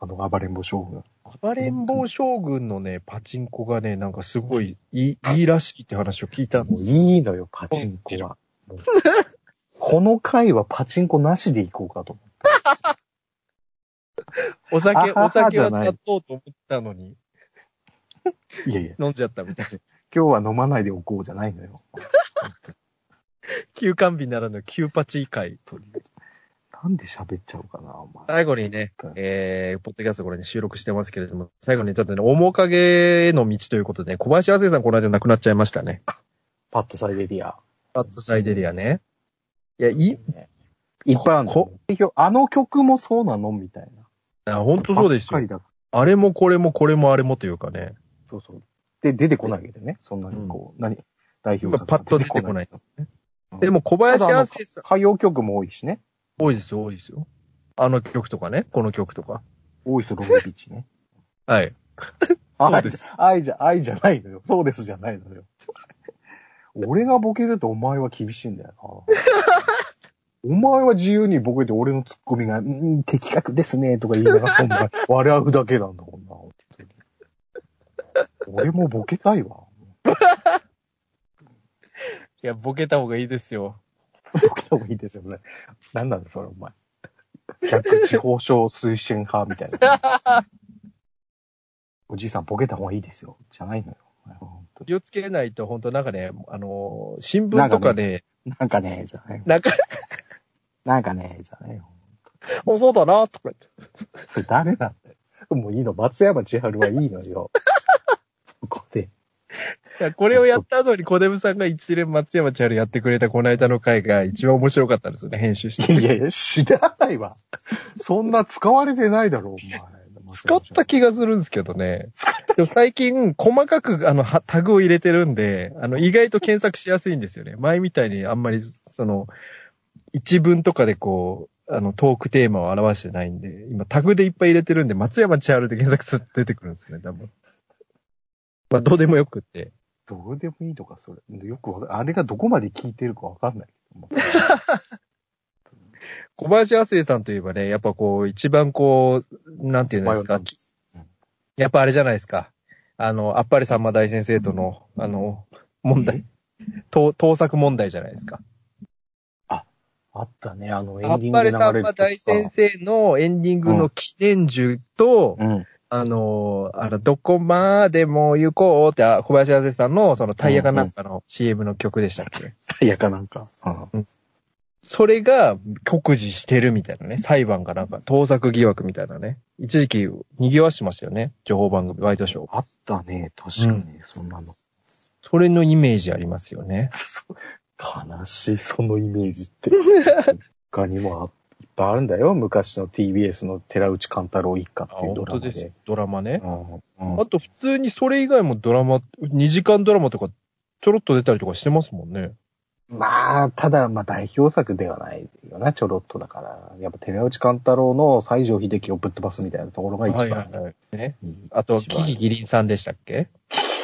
C: あの暴れん坊将軍。
B: 暴れん坊将軍のね、パチンコがね、なんかすごいいい、いいらしいって話を聞いたんで
C: もう
B: す。
C: いいのよ、パチンコは。もうこの回はパチンコなしでいこうかと思って。
B: お酒、
C: あはは
B: お酒は
C: じゃない
B: 買っとうと思ったのに、
C: いやいや、
B: 飲んじゃったみたいな。
C: 今日は飲まないでおこうじゃないのよ。
B: 休館日ならぬ休パチ会。
C: 本当になんで喋っちゃうかな、お前。
B: 最後にね、えー、ポッドキャストこれね収録してますけれども、最後にちょっとね、面影への道ということで、ね、小林亜生さんこの間亡くなっちゃいましたね。
C: パッとサイベリア。
B: バッドサイデリアね。いや、いい、
C: いっぱいある
B: こ
C: の。あの曲もそうなのみたいな。
B: あ本当そうです
C: ば
B: よ
C: っかり。だ
B: あれもこれもこれもあれもというかね。
C: そうそう。で、出てこないけどね。そんなにこう、何代表
B: 今
C: 作
B: パッと出てこない。でも小
C: た
B: 林
C: だあ
B: 亜
C: の
B: 生さん、
C: 歌謡曲も多いしね。
B: 多いですよ、多いですよ。あの曲とかね、この曲とか。
C: 多いですよ、ロングビーチね。
B: はい。そう
C: 愛
B: で
C: じゃ、愛じゃ、愛じゃないのよ。そうですじゃない のよ。俺がボケるとお前は厳しいんだよな。 お前は自由にボケて俺のツッコミが、うん、的確ですね、とか言いながら、お前、笑うだけなんだもんな、本当に俺もボケたいわ。
B: いや、ボケた方がいいですよ。
C: ボケた方がいいですよね。なんなんだそれ、お前。逆地方省推進派みたいな。 おじいさん、ボケた方がいいですよ。じゃないのよ。本当に
B: 気をつけないと、本当なんかね、あのー新聞とかで、
C: なんかね、じゃない。
B: なんか、
C: なんかね、じゃないよ。
B: おそうだな、とか言って。
C: それ誰なんだよ。もういいの、松山千春はいいのよ。ここで。
B: いやこれをやった後に小デブさんが一連松山千春やってくれたこの間の回が一番面白かったんですよね、編集し
C: いや
B: て。
C: いやいや、知らないわ。そんな使われてないだろう、お前。
B: 使った気がするんですけどね。でも最近、細かく、あの、はタグを入れてるんで、あの、意外と検索しやすいんですよね。前みたいにあんまり、その、一文とかでこう、あの、トークテーマを表してないんで、今タグでいっぱい入れてるんで、松山千春で検索すると出てくるんですよね、多分。まあ、どうでもよくって。
C: どうでもいいとか、それ。よくわかあれがどこまで聞いてるかわかんないけども。
B: 小林亜生さんといえばね、やっぱこう、一番こう、なんていうんです
C: 迷
B: か
C: う、
B: やっぱあれじゃないですか。あの、あっぱれさんま大先生との、あの、問題、盗盗作問題じゃないですか。
C: あったね、あのエ
B: あ
C: ン
B: っ
C: ディン
B: ぱ
C: グ
B: れ
C: で流れる
B: さんま大先生のエンディングの記念樹と、
C: うん。
B: あの、あの、どこまでも行こうって、あ小林亜生さんのそのタイヤかなんかの CM の曲でしたっけ、
C: タイヤかなんか。うん。
B: それが告示してるみたいなね、裁判かなんか、盗作疑惑みたいなね。一時期賑わしてましたよね、情報番組、ワイドショー。
C: あったね、確かに、そんなの。
B: それのイメージありますよね。
C: 悲しい、そのイメージって。他にもあいっぱいあるんだよ。昔の TBS の寺内貫太郎一家っていう
B: 本
C: ドラ
B: 当
C: マで。
B: ですよ。ドラマね。
E: うんうん
B: あと普通にそれ以外もドラマ、2時間ドラマとかちょろっと出たりとかしてますもんね。
C: まあ、ただ、まあ代表作ではないよな、ちょろっとだから。やっぱ寺内貫太郎の西城秀樹をぶっ飛ばすみたいなところが一番。
B: い。ね。
C: いい
B: あと、
C: 一
B: キ
C: 番
B: キキリンさんでしたっけ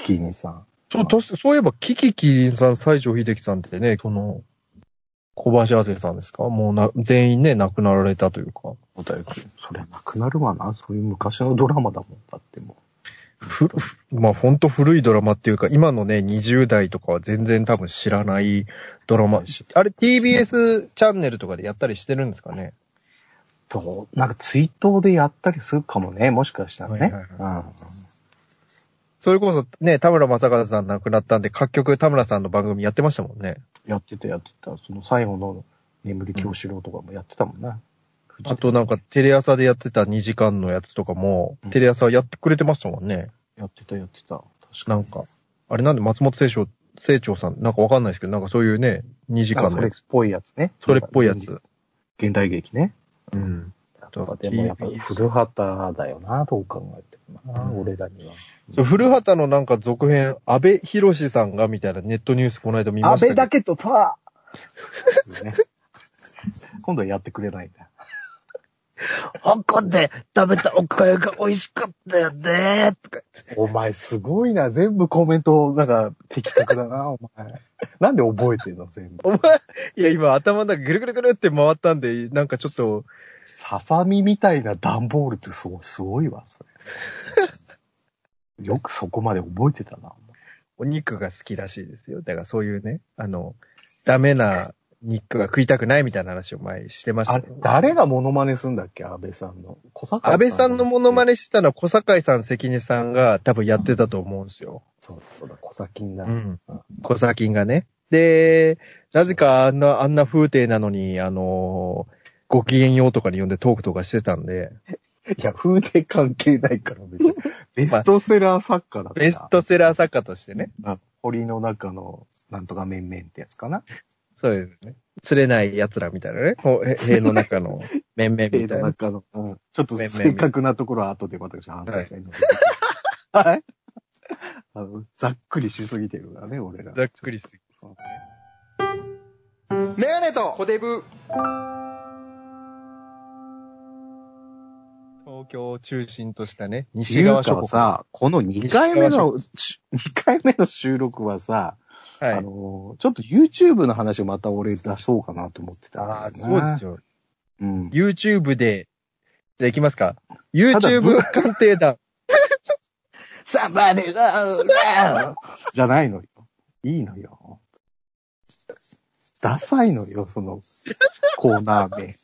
C: キキにさん。
B: そう、確かそういえば、キキキリンさん、西城秀樹さんってね、その、小林亜生さんですかもうな、全員ね、亡くなられたというか。
C: それなくなるわな、そういう昔のドラマだもん、だっても
B: ふ、ふまあ、ほんと古いドラマっていうか、今のね、20代とかは全然多分知らないドラマ。しあれ、TBS チャンネルとかでやったりしてるんですかね
C: う。と、なんか追悼でやったりするかもね、もしかしたらね。
B: はいはい
C: うん。
B: それこそね、田村正和さん亡くなったんで、各局田村さんの番組やってましたもんね。
C: やってた、やってた。その最後の眠り京志郎とかもやってたもんな。
B: あとなんか、テレ朝でやってた2時間のやつとかも、
C: うん
B: テレ朝やってくれてましたもんね。
C: やってた、やってた。確か
B: なんか、あれなんで松本清張、清張さん、なんかわかんないですけど、なんかそういうね、2時
C: なん
B: 間
C: かそ
B: の
C: れ
B: や
C: っ
B: つ、
C: ぽいやつね。
B: それっぽいやつ。
C: 現代劇ね。
B: うん。
C: やっぱでもやっぱ
B: TBS
C: 古畑だよな、どう考えてもな、
B: うん
C: 俺らには。
B: そう、古畑のなんか続編、安倍博士さんがみたいなネットニュースこの間見ましたけど。
C: けとパーね今度はやってくれないんだ。
B: 香港で食べたおかゆが美味しかったよねとか。
C: お前すごいな、全部コメント、なんか的確 だな、お前。なんで覚えてるの、全部。
B: お前、いや今頭の中ぐるぐるぐるって回ったんで、なんかちょっと、
C: ささみみたいな段ボールってすごい、すごいわ、それ。よくそこまで覚えてたな。
B: お肉が好きらしいですよ。だからそういうね、あの、ダメな肉が食いたくないみたいな話を前してまし
C: あ
B: た
C: れ
B: けど。、
C: 誰がモノマネすんだっけ安倍さんの。小坂
B: 安倍さんのモノマ
C: ネ。
B: ネしてたのは小堺さん、関根さんが多分やってたと思うんですよ。
C: そうだ、そうだ、小崎にな
B: う
C: る。
B: ん。小崎がね。で、なぜかあんな、あんな風景なのに、あのーご機嫌ようとかに呼んでトークとかしてたんで、
C: いや、風景関係ないから、別に。ベストセラー作家だった。
B: ベストセラー作家としてね。
C: あ堀の中の、なんとか面々ってやつかな。
B: そうですね。釣れない奴らみたいなね。こうへ塀の中 の面々
C: 絵
B: みた
C: の
B: いな。
C: 中の、うんちょっと正確なところは後で私反省会に。はい。あの、ざっくりしすぎてるからね、俺ら。
B: ざっくりすぎ。
A: メガネとコデブ。
B: 東京を中心としたね、
C: って
B: 西
C: いう
B: 側
C: か
B: 諸
C: は
B: 国。
C: さ、この2回目の、2回目の収録はさ、
B: はい
C: あ。の、ちょっと YouTube の話をまた俺出そうかなと思ってた。
B: ああー、そうです
C: よ。
B: よ。
C: うん。
B: YouTube で、じゃあ行きますか。
C: だ
B: YouTube 鑑定団。
C: サバネが、じゃないのよ。いいのよ。ダサいのよ、その、コーナー名。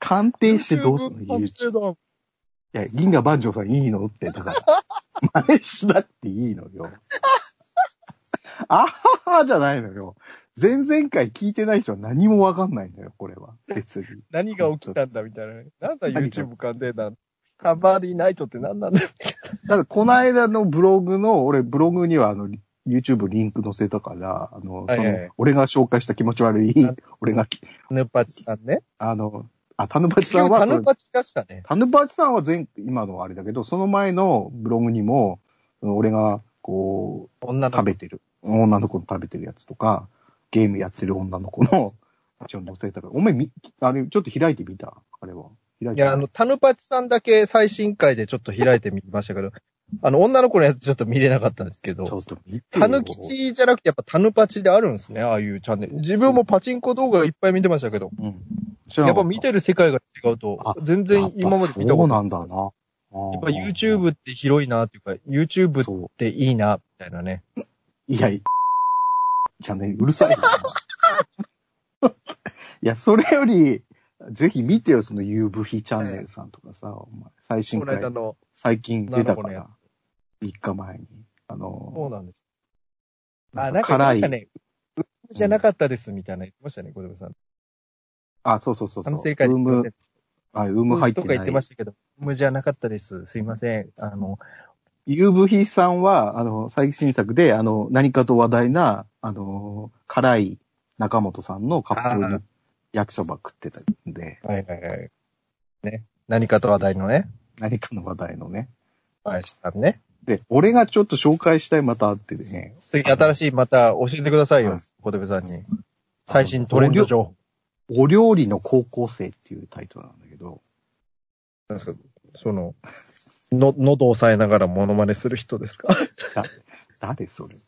C: 鑑定してどうすんの ?YouTube。い
B: 団。
C: や、銀河万丈さんいいのって、だから。 真似しなくていいのよ。あははじゃないのよ。前々回聞いてない人は何もわかんないのよ、これは。別に。
B: 何が起きたんだみたいなね。なんだ YouTube 鑑定団。タバリーナイトって何なんだよ。
C: ただ、この間のブログの、俺、ブログには、あの、YouTube リンク載せたから、あの、
B: はいはい
C: その、俺が紹介した気持ち悪い
B: あ、
C: 俺がき、
B: タヌパチさんね。
C: あの、あ、タヌパチさ
B: タ
C: んは、そ
B: ヌ
C: の
B: パチがしたね。
C: タヌパチさんは前、今のあれだけど、その前のブログにも、その俺が、こ
B: 女
C: う、
B: の
C: 食べてる、女の子の食べてるやつとか、ゲームやってる女の子の、一応載せたから、お前み、あれ、ちょっと開いてみたあれは。開いてみ
B: いや、あの、、タヌパチさんだけ最新回でちょっと開いてみましたけど、あの、女の子のやつちょっと見れなかったんですけ
C: ちょ
B: ど、
C: っと見てよ
B: タヌ吉じゃなくてやっぱタヌパチであるんですね、ああいうチャンネル。自分もパチンコ動画いっぱい見てましたけど、
C: うん。知ら
B: や
C: な
B: っ
C: か
B: ぱ
C: た
B: 見てる世界が違うと
C: あ、
B: 全然今まで見た
C: やっぱそ
B: こ
C: う
B: とな。
C: ないんだな。
B: や
C: や
B: っぱ YouTube って広いなっていうか、YouTube っ
C: そ
B: ていいな、みたいなね。
C: う。いや、 いじゃねうるさいよ。 いや、それより、ぜひ見てよ、その夕部日チャンネルさんとかさ、お前最新
B: この
C: 回
B: 間、の、
C: 最近出
B: 女
C: た
B: の子
C: か
B: のや
C: ら、3日前に。あ
B: そう
C: の、
B: なんです。
C: な
B: あ、
C: ん
B: な
C: か
B: んか言いまし
C: 辛
B: た
C: い。
B: ね。うじゃなかったです、みたいな言ってましたね、小出さん。
C: あ、そうそうそうそう。
B: 反省会で
C: ウー
B: 言ってま
C: ム
B: せん、
C: あ、ウーム入って
B: とか言
C: な
B: ってま
C: い。
B: したけど、無じゃなかったです。すいません。あの、
C: 夕部日さんは、あの、最新作で、あの、何かと話題な、あの、辛い中本さんのカップルの焼きそば食ってたんで、
B: はいはいはい。ね。何かと話題のね、
C: 何かの話題のね。
B: 林さんね。
C: で、俺がちょっと紹介したいまたあってね、
B: 次新しいまた教えてくださいよ
C: はい、
B: 小手部さんに。最新トレンド情報。
C: お料理の高校生っていうタイトルなんだけど、
B: なんですかその、の、喉を押さえながらモノマネする人ですか
C: 誰それ
B: い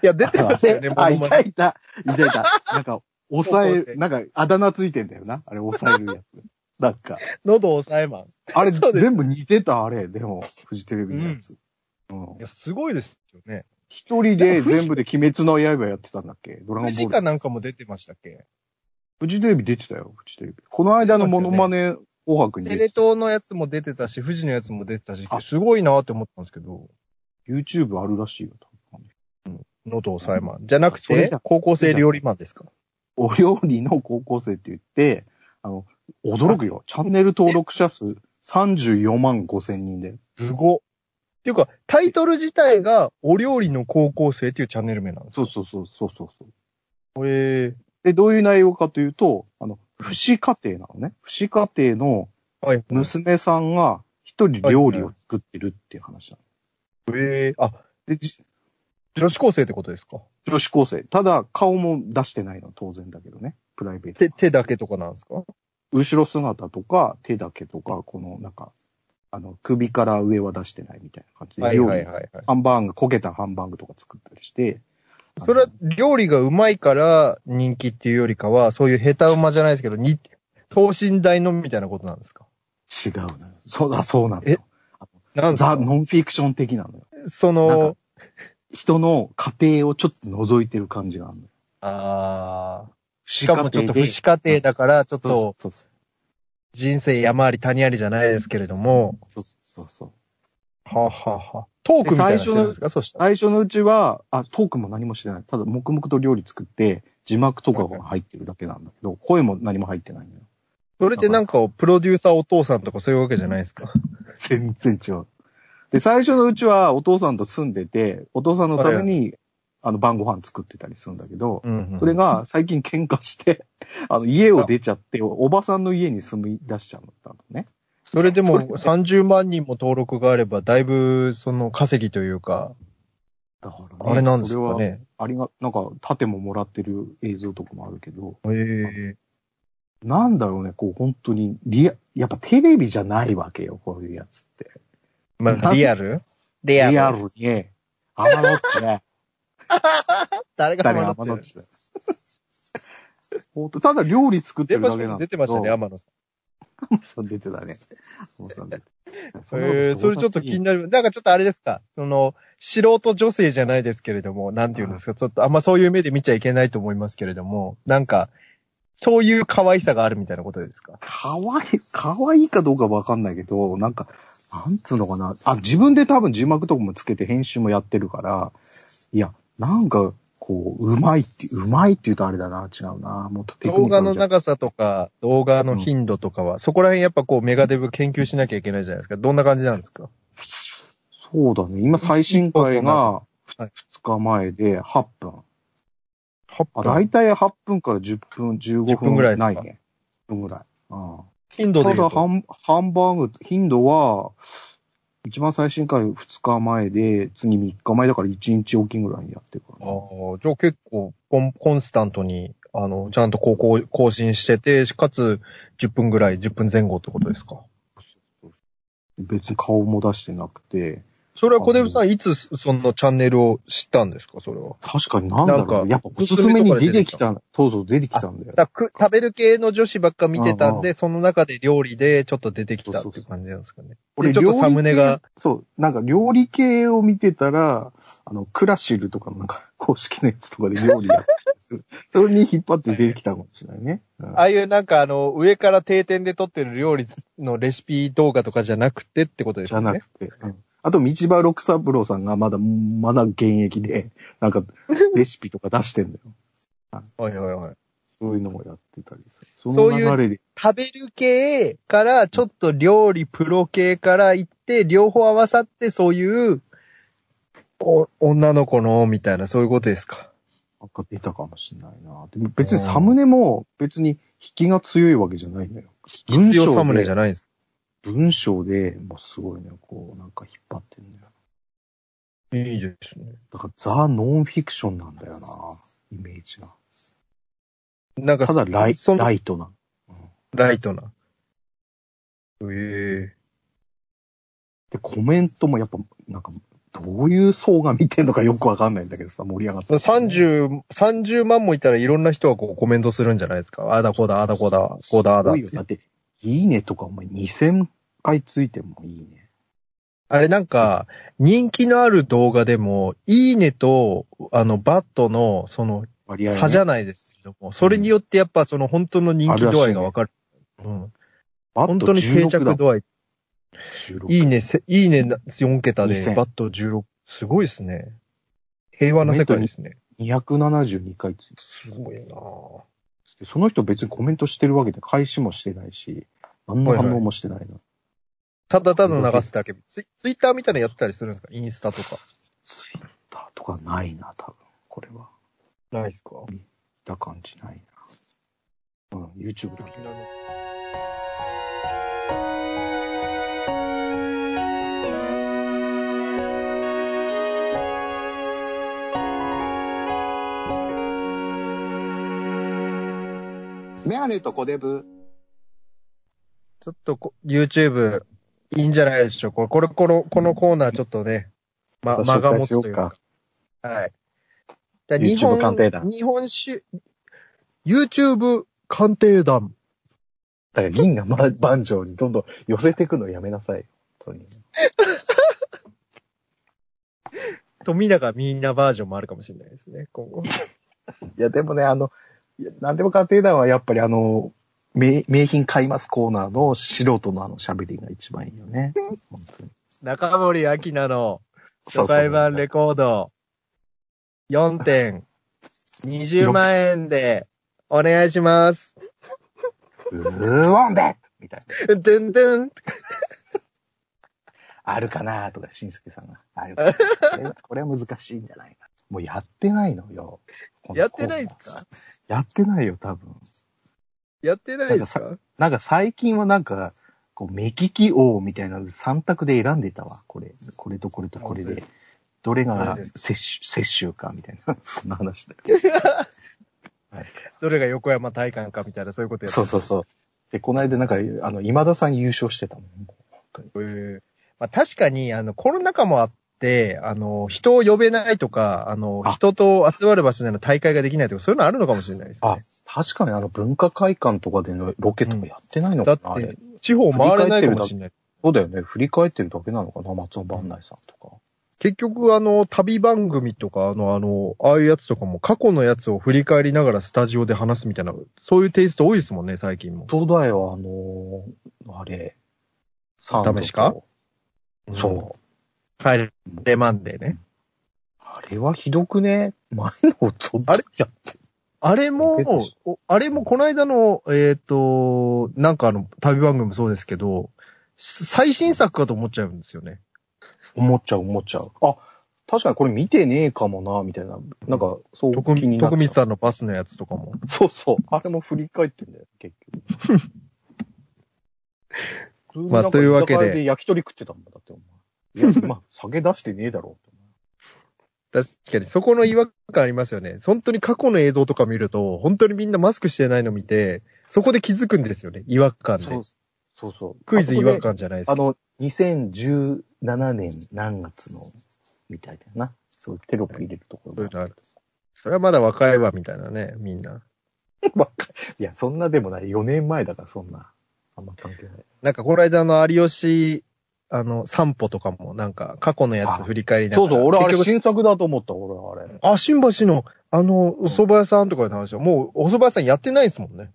B: や、出てましたよね、モ
C: あ、
B: ノ
C: い
B: マ
C: た
B: ネ。
C: いた、いたいた。なんか、抑
B: 高校
C: え、
B: 生
C: なんか、あだ名ついてんだよな。あれ、抑えるやつ。なんか、
B: 喉を押さえマン。い
C: あれ、
B: そうです
C: 全部似てた、あれ。でも、フジテレビのやつ。うん
B: や、すごいですよね。
C: 一人で全部で鬼滅の刃やってたんだっけドラゴンボ
B: 時
C: ー
B: か
C: ル。
B: なんかも出てましたっけ
C: フジテレビ出てたよ、フジテレビ。この間のモノマネ、紅白に
B: テ
C: 出
B: レ
C: てた。
B: 東のやつも出てたし、富士のやつも出てたし
C: あ、
B: すごいなって思ったんですけど、
C: YouTube あるらしいよ、多分
B: 喉押さえマン。じゃなく
C: それ
B: て
C: じゃ、
B: 高校生料理マンですか
C: お料理の高校生って言って、あの、驚くよ。 チャンネル登録者数34万5千人で。
B: すごっ。っていうか、タイトル自体が、お料理の高校生っていうチャンネル名なんです
C: そうそうそう、そうそうそう。
B: よ。へ
C: で、どういう内容かというと、あの、不死家庭なのね。不死家庭の
B: え。はい。
C: 娘さんが一人料理を作ってるっていう話な
B: へえ。あ、
C: の。で、じ
B: 女子高生ってことですか
C: 女子高生。ただ、顔も出してないのは当然だけどね。プライベート
B: 手、
C: な。
B: 手だけとかなんですか
C: 後ろ姿とか、手だけとか、この、なんか、あの、首から上は出してないみたいな感じで、
B: はい
C: 料理、
B: はいはいはい。
C: ハンバーグ、焦げたハンバーグとか作ったりして、
B: それは料理がうまいから人気っていうよりかは、そういう下手馬じゃないですけど、に、等身大のみたいなことなんですか
C: 違うのよ。そうだ、そうなのよ。
B: なんですか
C: ザ・ノンフィクション的なのよ。
B: そ
C: なん
B: の
C: か、人の家庭をちょっと覗いてる感じがあるのよ。
B: ああ、
C: し
B: しかもちょっと不死家庭だから、ちょっと
C: そうそう
B: 人生山あり谷ありじゃないですけれども、
C: そうそうそう。
B: はあはあはあトークみたいなのしてるんですかそしたら。
C: 最初のうちは、あ、トークも何もしてない。ただ、黙々と料理作って、字幕とかが入ってるだけなんだけど、声も何も入ってないのよ。
B: それってなんかプロデューサーお父さんとかそういうわけじゃないですか。
C: 全然違う。で、最初のうちはお父さんと住んでて、お父さんのために、あの、晩ご飯作ってたりするんだけど、
B: うんうん
C: それ、が最近喧嘩して、 あの、家を出ちゃって、おばさんの家に住み出しちゃったのね。
B: それでも30万人も登録があれば、だいぶその稼ぎというか、
C: だからね。
B: あれなんですか
C: それは、
B: ね。
C: ありが、なんか、盾ももらってる映像とかもあるけど、
B: ええ
C: なんだろうね、こう、本当に、リア、やっぱテレビじゃないわけよ、こういうやつって。
B: まあ、リアルリ
C: リアル に、天のっちね。
B: 誰が
C: 誰
B: ハ
C: が
B: マ
C: 天
B: の
C: の
B: っ
C: ってちだよ。本当ただ料理作って
B: 出
C: るだけなんだけど。
B: てましたね、天野さ
C: そう出てたね。そうそう出てた
B: ん。え ー、それちょっと気になる。なんかちょっとあれですかその、素人女性じゃないですけれども、なんていうんですかちょっとあんまそういう目で見ちゃいけないと思いますけれども、なんか、そういう可愛さがあるみたいなことですか
C: かわいい、かわいいかどうかわかんないけど、なんか、なんつうのかな。あ、自分で多分字幕とかもつけて編集もやってるから、いや、なんか、こう、うまいって、うまいって言うとあれだな、違うな。もっとテクニ
B: 動
C: ック
B: 画の長さとか、動画の頻度とかは、そこら辺やっぱこうメガデブ研究しなきゃいけないじゃないですか。どんな感じなんですか
C: そうだね。今最新回が
B: はい
C: 2日前で8分。
B: 8
C: あ、だいたい8分から10分、
B: 10
C: 15
B: 分
C: 分
B: ぐらいですか
C: ないね。10分ぐらい。うん
B: 頻度で
C: た
B: 言
C: だ
B: う
C: ハ
B: と。
C: ン、ハンバーグ、頻度は、一番最新回2日前で、次3日前だから1日おきぐらいにやってるから
B: あ
C: ね、
B: あ、じゃあ結構コン、コンスタントに、あの、ちゃんとこう更新してて、かつ10分ぐらい、10分前後ってことですか
C: 別に顔も出してなくて、
B: それは小出さん、いつそのチャンネルを知ったんですかそれは。
C: 確かになんだ
B: な
C: ろ
B: ん
C: う。
B: か
C: やっぱおすすめに
B: おすすめとかで
C: 出てき
B: 出てきた
C: た、そうそう、出てきたんだよ。
B: だく食べる系の女子ばっか見てたん
C: う
B: で、その中で料理でちょっと出てきたっ
C: そう
B: ていうう
C: そそう
B: 感じなんですかね。
C: 俺
B: でちょっとサムネが。
C: 料理系そう、なんか料理系を見てたら、あの、クラシルとかのなんか公式のやつとかで料理やってたりする それに引っ張って出てきたかもしれないね。うん
B: ああいうなんかあの、上から定点で撮ってる料理のレシピ動画とかじゃなくてってことです
C: じ
B: よ
C: ゃ
B: ね。
C: なくて。あと、道場六三郎さんがまだ、まだ現役で、なんか、レシピとか出してんだよ。
B: はいはいはい。
C: そういうのもやってたりする。そ
B: そう
C: の
B: いう
C: 流れで、
B: 食べる系から、ちょっと料理プロ系から行って、両方合わさって、そういう、お、女の子の、みたいな、そういうことですか。
C: なんか出たかもしれないな。でも別にサムネも別に引きが強いわけじゃないのよ。文
B: 必要サムネ
C: で
B: じゃないんです。
C: 文章でもうすごいね、こうなんか引っ張ってんだよ。
B: いいですね。
C: だからザ・ノンフィクションなんだよな、イメージが。
B: なんか、
C: ただライ
B: その
C: ライトな。
B: ライトな。え
C: で、コメントもやっぱ、なんか、どういう層が見てんのかよくわかんないんだけどさ、盛り上がっ
B: え
C: て。
B: 30、30万もいたらいろんな人はこうコメントするんじゃないですか。ああだこうだ、ああだこうだ、こうだ、ああ
C: す
B: だ
C: ごい。よ。だって、いいねとかお前2000回ついてもいいね。
B: あれなんか、人気のある動画でも、いいねと、あの、バットの、その、
C: 割合、ね。
B: 差じゃないですけども、それによってやっぱその本当の人気度合いがわかる。うん。
C: バッ
B: 本
C: ト
B: 当に定
C: 16だ
B: 着。度合い。
C: 16
B: いいね、せいいねな4桁で
C: 2000
B: バット16。すごいですね。平和な世界ですね。
C: 272回ついて
B: すごいなぁ。
C: て、その人別にコメントしてるわけで、返しもしてないし、何の反応もしてないの。
B: ただただ流すだけ。 ツイツイッターみたいなのやったりするんですかインスタとか。
C: ツイッターとかないな、多分。これは。
B: ないですか
C: 見た感じないな。うん、YouTube だけ。
G: メガネとコデブ。
B: ちょっとこ YouTube、いいんじゃないでしょうか。これ、この、このコーナーちょっとね、ま、
C: ま
B: 間
C: た紹介
B: が持つという
C: しよ
B: か。はい。だ
C: YouTube 鑑定団
B: 日本酒、YouTube 鑑定団。
C: だから、銀がま番長にどんどん寄せてくのやめなさいよ。本当に。
B: 富永みんなバージョンもあるかもしれないですね、今 後。
C: いや、でもね、あの、いやなんでも鑑定団はやっぱりあの、名名品買いますコーナーの素人のあの喋りが一番いいよね。本当に。
B: 中森明菜の初
C: そうそう
B: 回版レコード4点、20万円でお願いします。
C: うーわんでみたいな。
B: ドゥンドゥン
C: あるかなとか、しんすけさんが。あるかなこ れはこれは難しいんじゃないか。もうやってないのよ。このコーナー
B: やってないですか
C: やってないよ、多分。
B: やってないですか
C: なんか最近はなんか、こう、目利き王みたいな3択で選んでたわ。これ、これとこれとこれ
B: 本当
C: で。どれ
B: ど
C: が
B: れです
C: 接種、接種かみたい な、そんな話だよ。
B: どれが横山大観かみたいな、そういうことやって
C: そうそうそう。で、この間なんか、あの、今田さん優勝してたもん。
B: る。まあ、確かに、あの、コロナ禍もあって、あの、人を呼べないとか、あの、
C: あ
B: 人と集まる場所での大会ができないとか、そういうのあるのかもしれないです、ね。
C: あ、確かにあの、文化会館とかでのロケとかやってないの
B: だ
C: か
B: っ
C: な、あれ
B: て、地方回れないかもしれない。
C: そうだよね。振り返ってるだけなのかな松尾万内さんとか。
B: 結局、あの、旅番組とか、あの、あの、ああいうやつとかも、過去のやつを振り返りながらスタジオで話すみたいな、そういうテイスト多いですもんね、最近も。
C: 東大はあのーあれ、サンドと
B: ダメしか
C: そう。
B: 帰れマンデーね。
C: あれはひどくね前のと
B: あれ
C: や
B: あれも
C: ロケットし、
B: おあれもこの間の、えっ、と、なんかあの、旅番組もそうですけど、す最新作かと思っちゃうんですよね。
C: 思っちゃう思っちゃう。あ、確かにこれ見てねえかもな、みたいな。なんか、そう
B: 徳
C: 気になっ
B: 光
C: た。
B: さんのバスのやつとかも。
C: そうそう。あれも振り返ってんだよ、結局。
B: まあというわけで
C: 普通になんか居酒屋焼き鳥食ってたんだ、だってお前。い や、今、下げ出してねえだろ。
B: 確かにそこの違和感ありますよね。本当に過去の映像とか見ると、本当にみんなマスクしてないの見て、そこで気づくんですよね。違和感で
C: そう。そうそう。
B: クイズ違和
C: あそこ
B: 感じゃないです
C: で。あ
B: か。
C: の、2017年何月の、みたいだな。そう、テロップ入れるところ
B: そういう
C: が
B: のあるそれはまだ若いわ、みたいなね、みんな。
C: いや、そんなでもない。4年前だから、そんな。あんま関係ない。
B: なんかこの間の有吉、あの、散歩とかも、なんか過去のやつ振り返りなが
C: そう
B: ら。
C: そう、俺あれ
B: 結局
C: 新作だと思った、俺あれ。
B: あ、新橋の、あの、お蕎麦屋さんとかの話は、もう、お蕎麦屋さんやってないですも んね。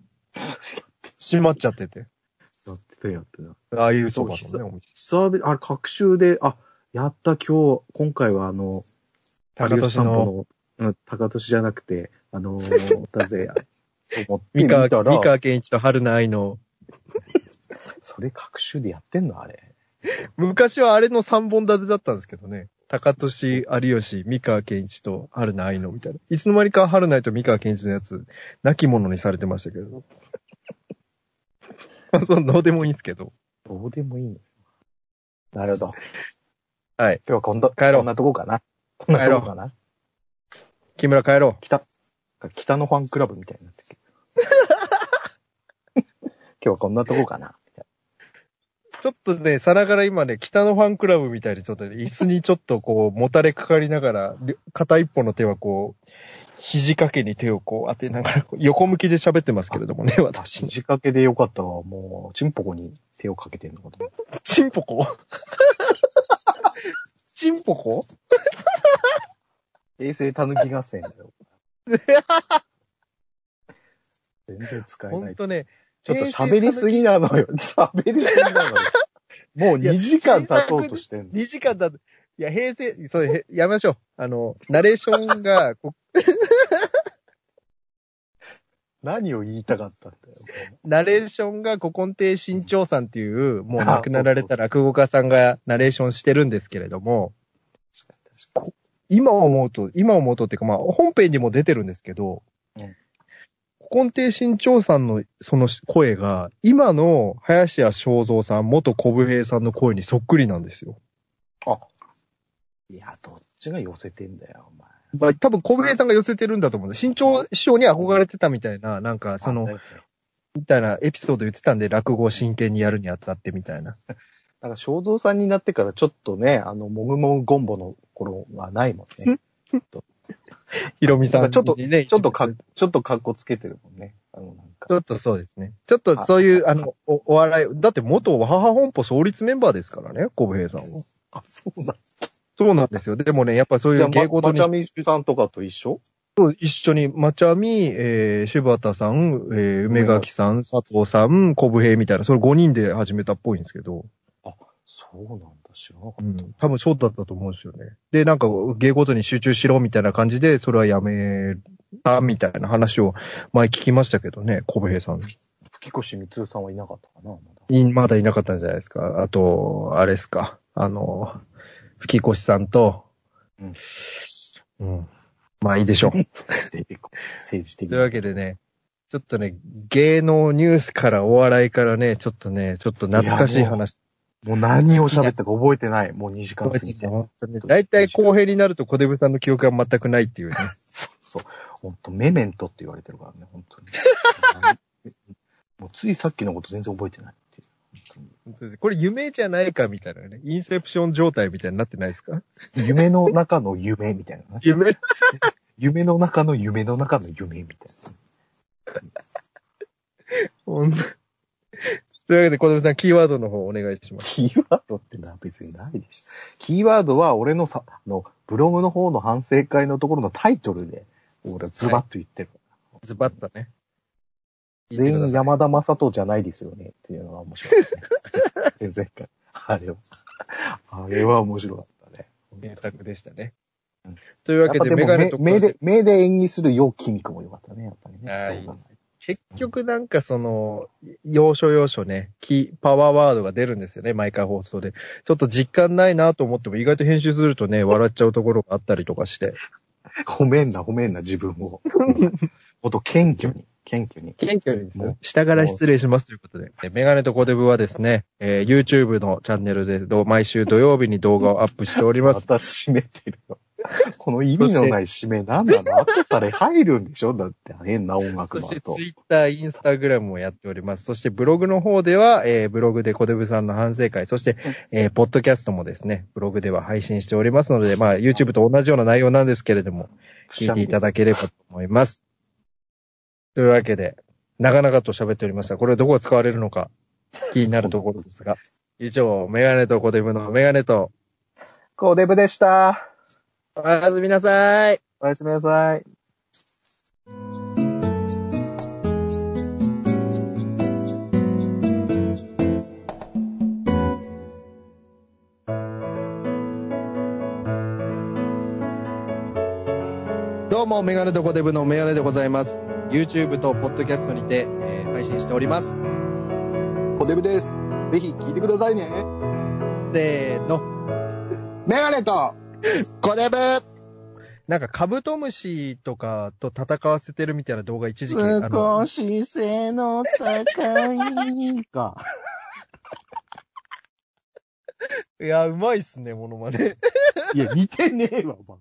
B: 閉まっちゃってて。
C: やってた、やってた。
B: ああいう蕎麦のね、お店。
C: 久々、あれ、各週で、あ、やった、今日、今回はあの、
B: 高
C: 有
B: 利
C: 吉散
B: の、
C: 歩の、うん、高利じゃなくて、あ のー、だぜ、と思って見
B: 三
C: た
B: 河、
C: ら、
B: 三河健一と春菜愛の、
C: それ各週でやってんのあれ。
B: 昔はあれの三本立てだったんですけどね。高俊、有吉、三河健一と春菜愛のみたいな。いつの間にか春菜と三河健一のやつ、亡き者にされてましたけ ど。まあ、そのどうでもいいんですけど。
C: どうでもいいのよ。なるほど。
B: はい。
C: 今日はこんど
B: 帰ろう
C: こんなとこかな。こんなとこかな。
B: 木村帰ろ
C: 北のファンクラブみたい になってる今日はこんなとこかな。
B: う。ちょっとね、さながら今ね、北のファンクラブみたいにちょっとね、椅子にちょっとこう、もたれかかりながら、り片一方の手はこう、肘掛けに手をこう当てながら、こう横向きで喋ってますけれどもね、私。
C: 仕掛けでよかったわ。もう、チンポコに手をかけてんのかと思った。
B: チンポコ チンポコ
C: 衛星たぬき合戦だ よ。全然使え
B: ほ
C: ない
B: ん。とね、
C: ちょっと喋りすぎなのよ。喋りすぎなのよ。もう2時間経とうとしてんの。
B: 2時間だって。いや、平成、それ、へやめましょう。あの、ナレーションが、こ
C: 何を言いたかったんだよ。
B: ナレーションが古今亭新潮さんっていう、もう亡くなられた落語家さんがナレーションしてるんですけれども、こ今思うと、今思うとっていうか、まあ、本編にも出てるんですけど、
C: うん
B: 古今亭新潮さんのその声が、今の林家正蔵さん、元小武平さんの声にそっくりなんですよ。
C: いや、どっちが寄せてんだよ、お前。
B: まあ、多分小武平さんが寄せてるんだと思うんです。新潮師匠に憧れてたみたいな、なんか、その
C: だ、よね
B: みたいなエピソード言ってたんで、落語を真剣にやるにあたってみたいな。
C: なんか、正蔵さんになってからちょっとね、あの、もぐもぐゴンボの頃はないもんね。
B: ひろみさん
C: な
B: に
C: んか
B: ね。
C: ちょっと
B: 一
C: ちょ
B: 応
C: っとか、ちょっと格好つけてるもんね。あの、なん
B: ち
C: か。
B: ょっとそうですね。ちょっとそういう、あの、おお笑い、だって元母本舗創立メンバーですからね、小平さんは。
C: あ、そうだ。
B: そうなんですよ。でもね、やっぱそうい
C: じゃ
B: う
C: あ、
B: 芸事
C: ま、ま
B: に
C: ちゃみさんとかと一緒
B: 一緒に、まちゃみ、えー、柴田さん、えー、梅垣さん、佐藤さん、小平みたいな、それ5人で始めたっぽいんですけど、
C: そうなんだ、知らなか
B: う
C: っ
B: ん、多分そうだったと思うんですよね。で、なんか芸事に集中しろみたいな感じで、それはやめたみたいな話を前聞きましたけどね、小平さん。
C: た。吹越光代さんはいなかったかな、まだ。
B: いまだいなかったんじゃないですか。あと、あれですか。あの、吹越さんと、うん。まあいいでしょう。
C: 政治的政治的
B: というわけでね、ちょっとね、芸能ニュースからお笑いからね、ちょっとね、ちょっと懐かしい話。
C: もう何を喋ったか覚えてない。もう2時間過ぎて。
B: 本当にね大体公平になると小出部さんの記憶が全くないっていうね。
C: そうそう。ほんと、メメントって言われてるからね、本 当に。もうついさっきのこと全然覚えてないっていう
B: 本当にこれ夢じゃないかみたいなね。インセプション状態みたいになってないですか
C: 夢の中の夢みたいなね。
B: 夢
C: 夢の中の夢の中の夢みたい
B: ほんとというわけで小出部さん、キーワードの方お願いしま
C: な。
B: す。
C: キーワードってのは別にないでしょ。キーワードは俺のさ、あの、ブログの方の反省会のところのタイトルで、俺はズバッと言ってる。
B: ズバッとね。
C: 全員山田正人じゃないですよねっていうのが面白い、ね。前々 回。あれは、あれは面白かったね。
B: 名
C: や
B: 作でしたね
C: うん。
B: というわ
C: っ
B: け
C: ぱ
B: で、
C: で
B: メ
C: も
B: ガネ
C: 目
B: と
C: 目で、目で演技する陽気肉も良かったね、やっぱりね。
B: はい
C: そう
B: 結局なんかその、要所要所ね、キー、パワーワードが出るんですよね、毎回放送で。ちょっと実感ないなと思っても、意外と編集するとね、笑っちゃうところがあったりとかして。
C: 褒めんな、褒めんな、自分を。もっと謙虚に、謙虚に。
B: 謙虚です
C: ね
B: 下から失礼しますということで。でメガネとコデブはですね、えー YouTube のチャンネルでどう、毎週土曜日に動画をアップしており
C: ま
B: ます。
C: た締めてるよ。この意味のない締めなんなの後から入るんでしょだって変な音
B: そ
C: 楽の
B: して
C: 後
B: ツ。イッター、インスタグラムもやっております。そしてブログの方では、えーブログで小デブさんの反省会、そして、えーポッドキャストもですね、ブログでは配信しておりますので、まあ、YouTube と同じような内容なんですけれども、聞いていただければと思います。というわけで、なかなかと喋っておりました。これどこが使われるのか、気になるところですが。以上、メガネとコデブのメガネと、
C: コーデブでした。
B: おやすみなさい。
C: おやすみなさい。
B: どうも、メガネとコデブのメガネでございます。YouTube とポッドキャストにて、えー配信しております。
A: コデブです。ぜひ聞いてくださいね。
B: せーの。
A: メガネとコデブ
B: なんかカブトムシとかと戦わせてるみたいな動画一時期、あの、
C: 少し背の高いか。
B: いや、うまいっすね、モノマネ。
C: いや、似てねえわ、お前。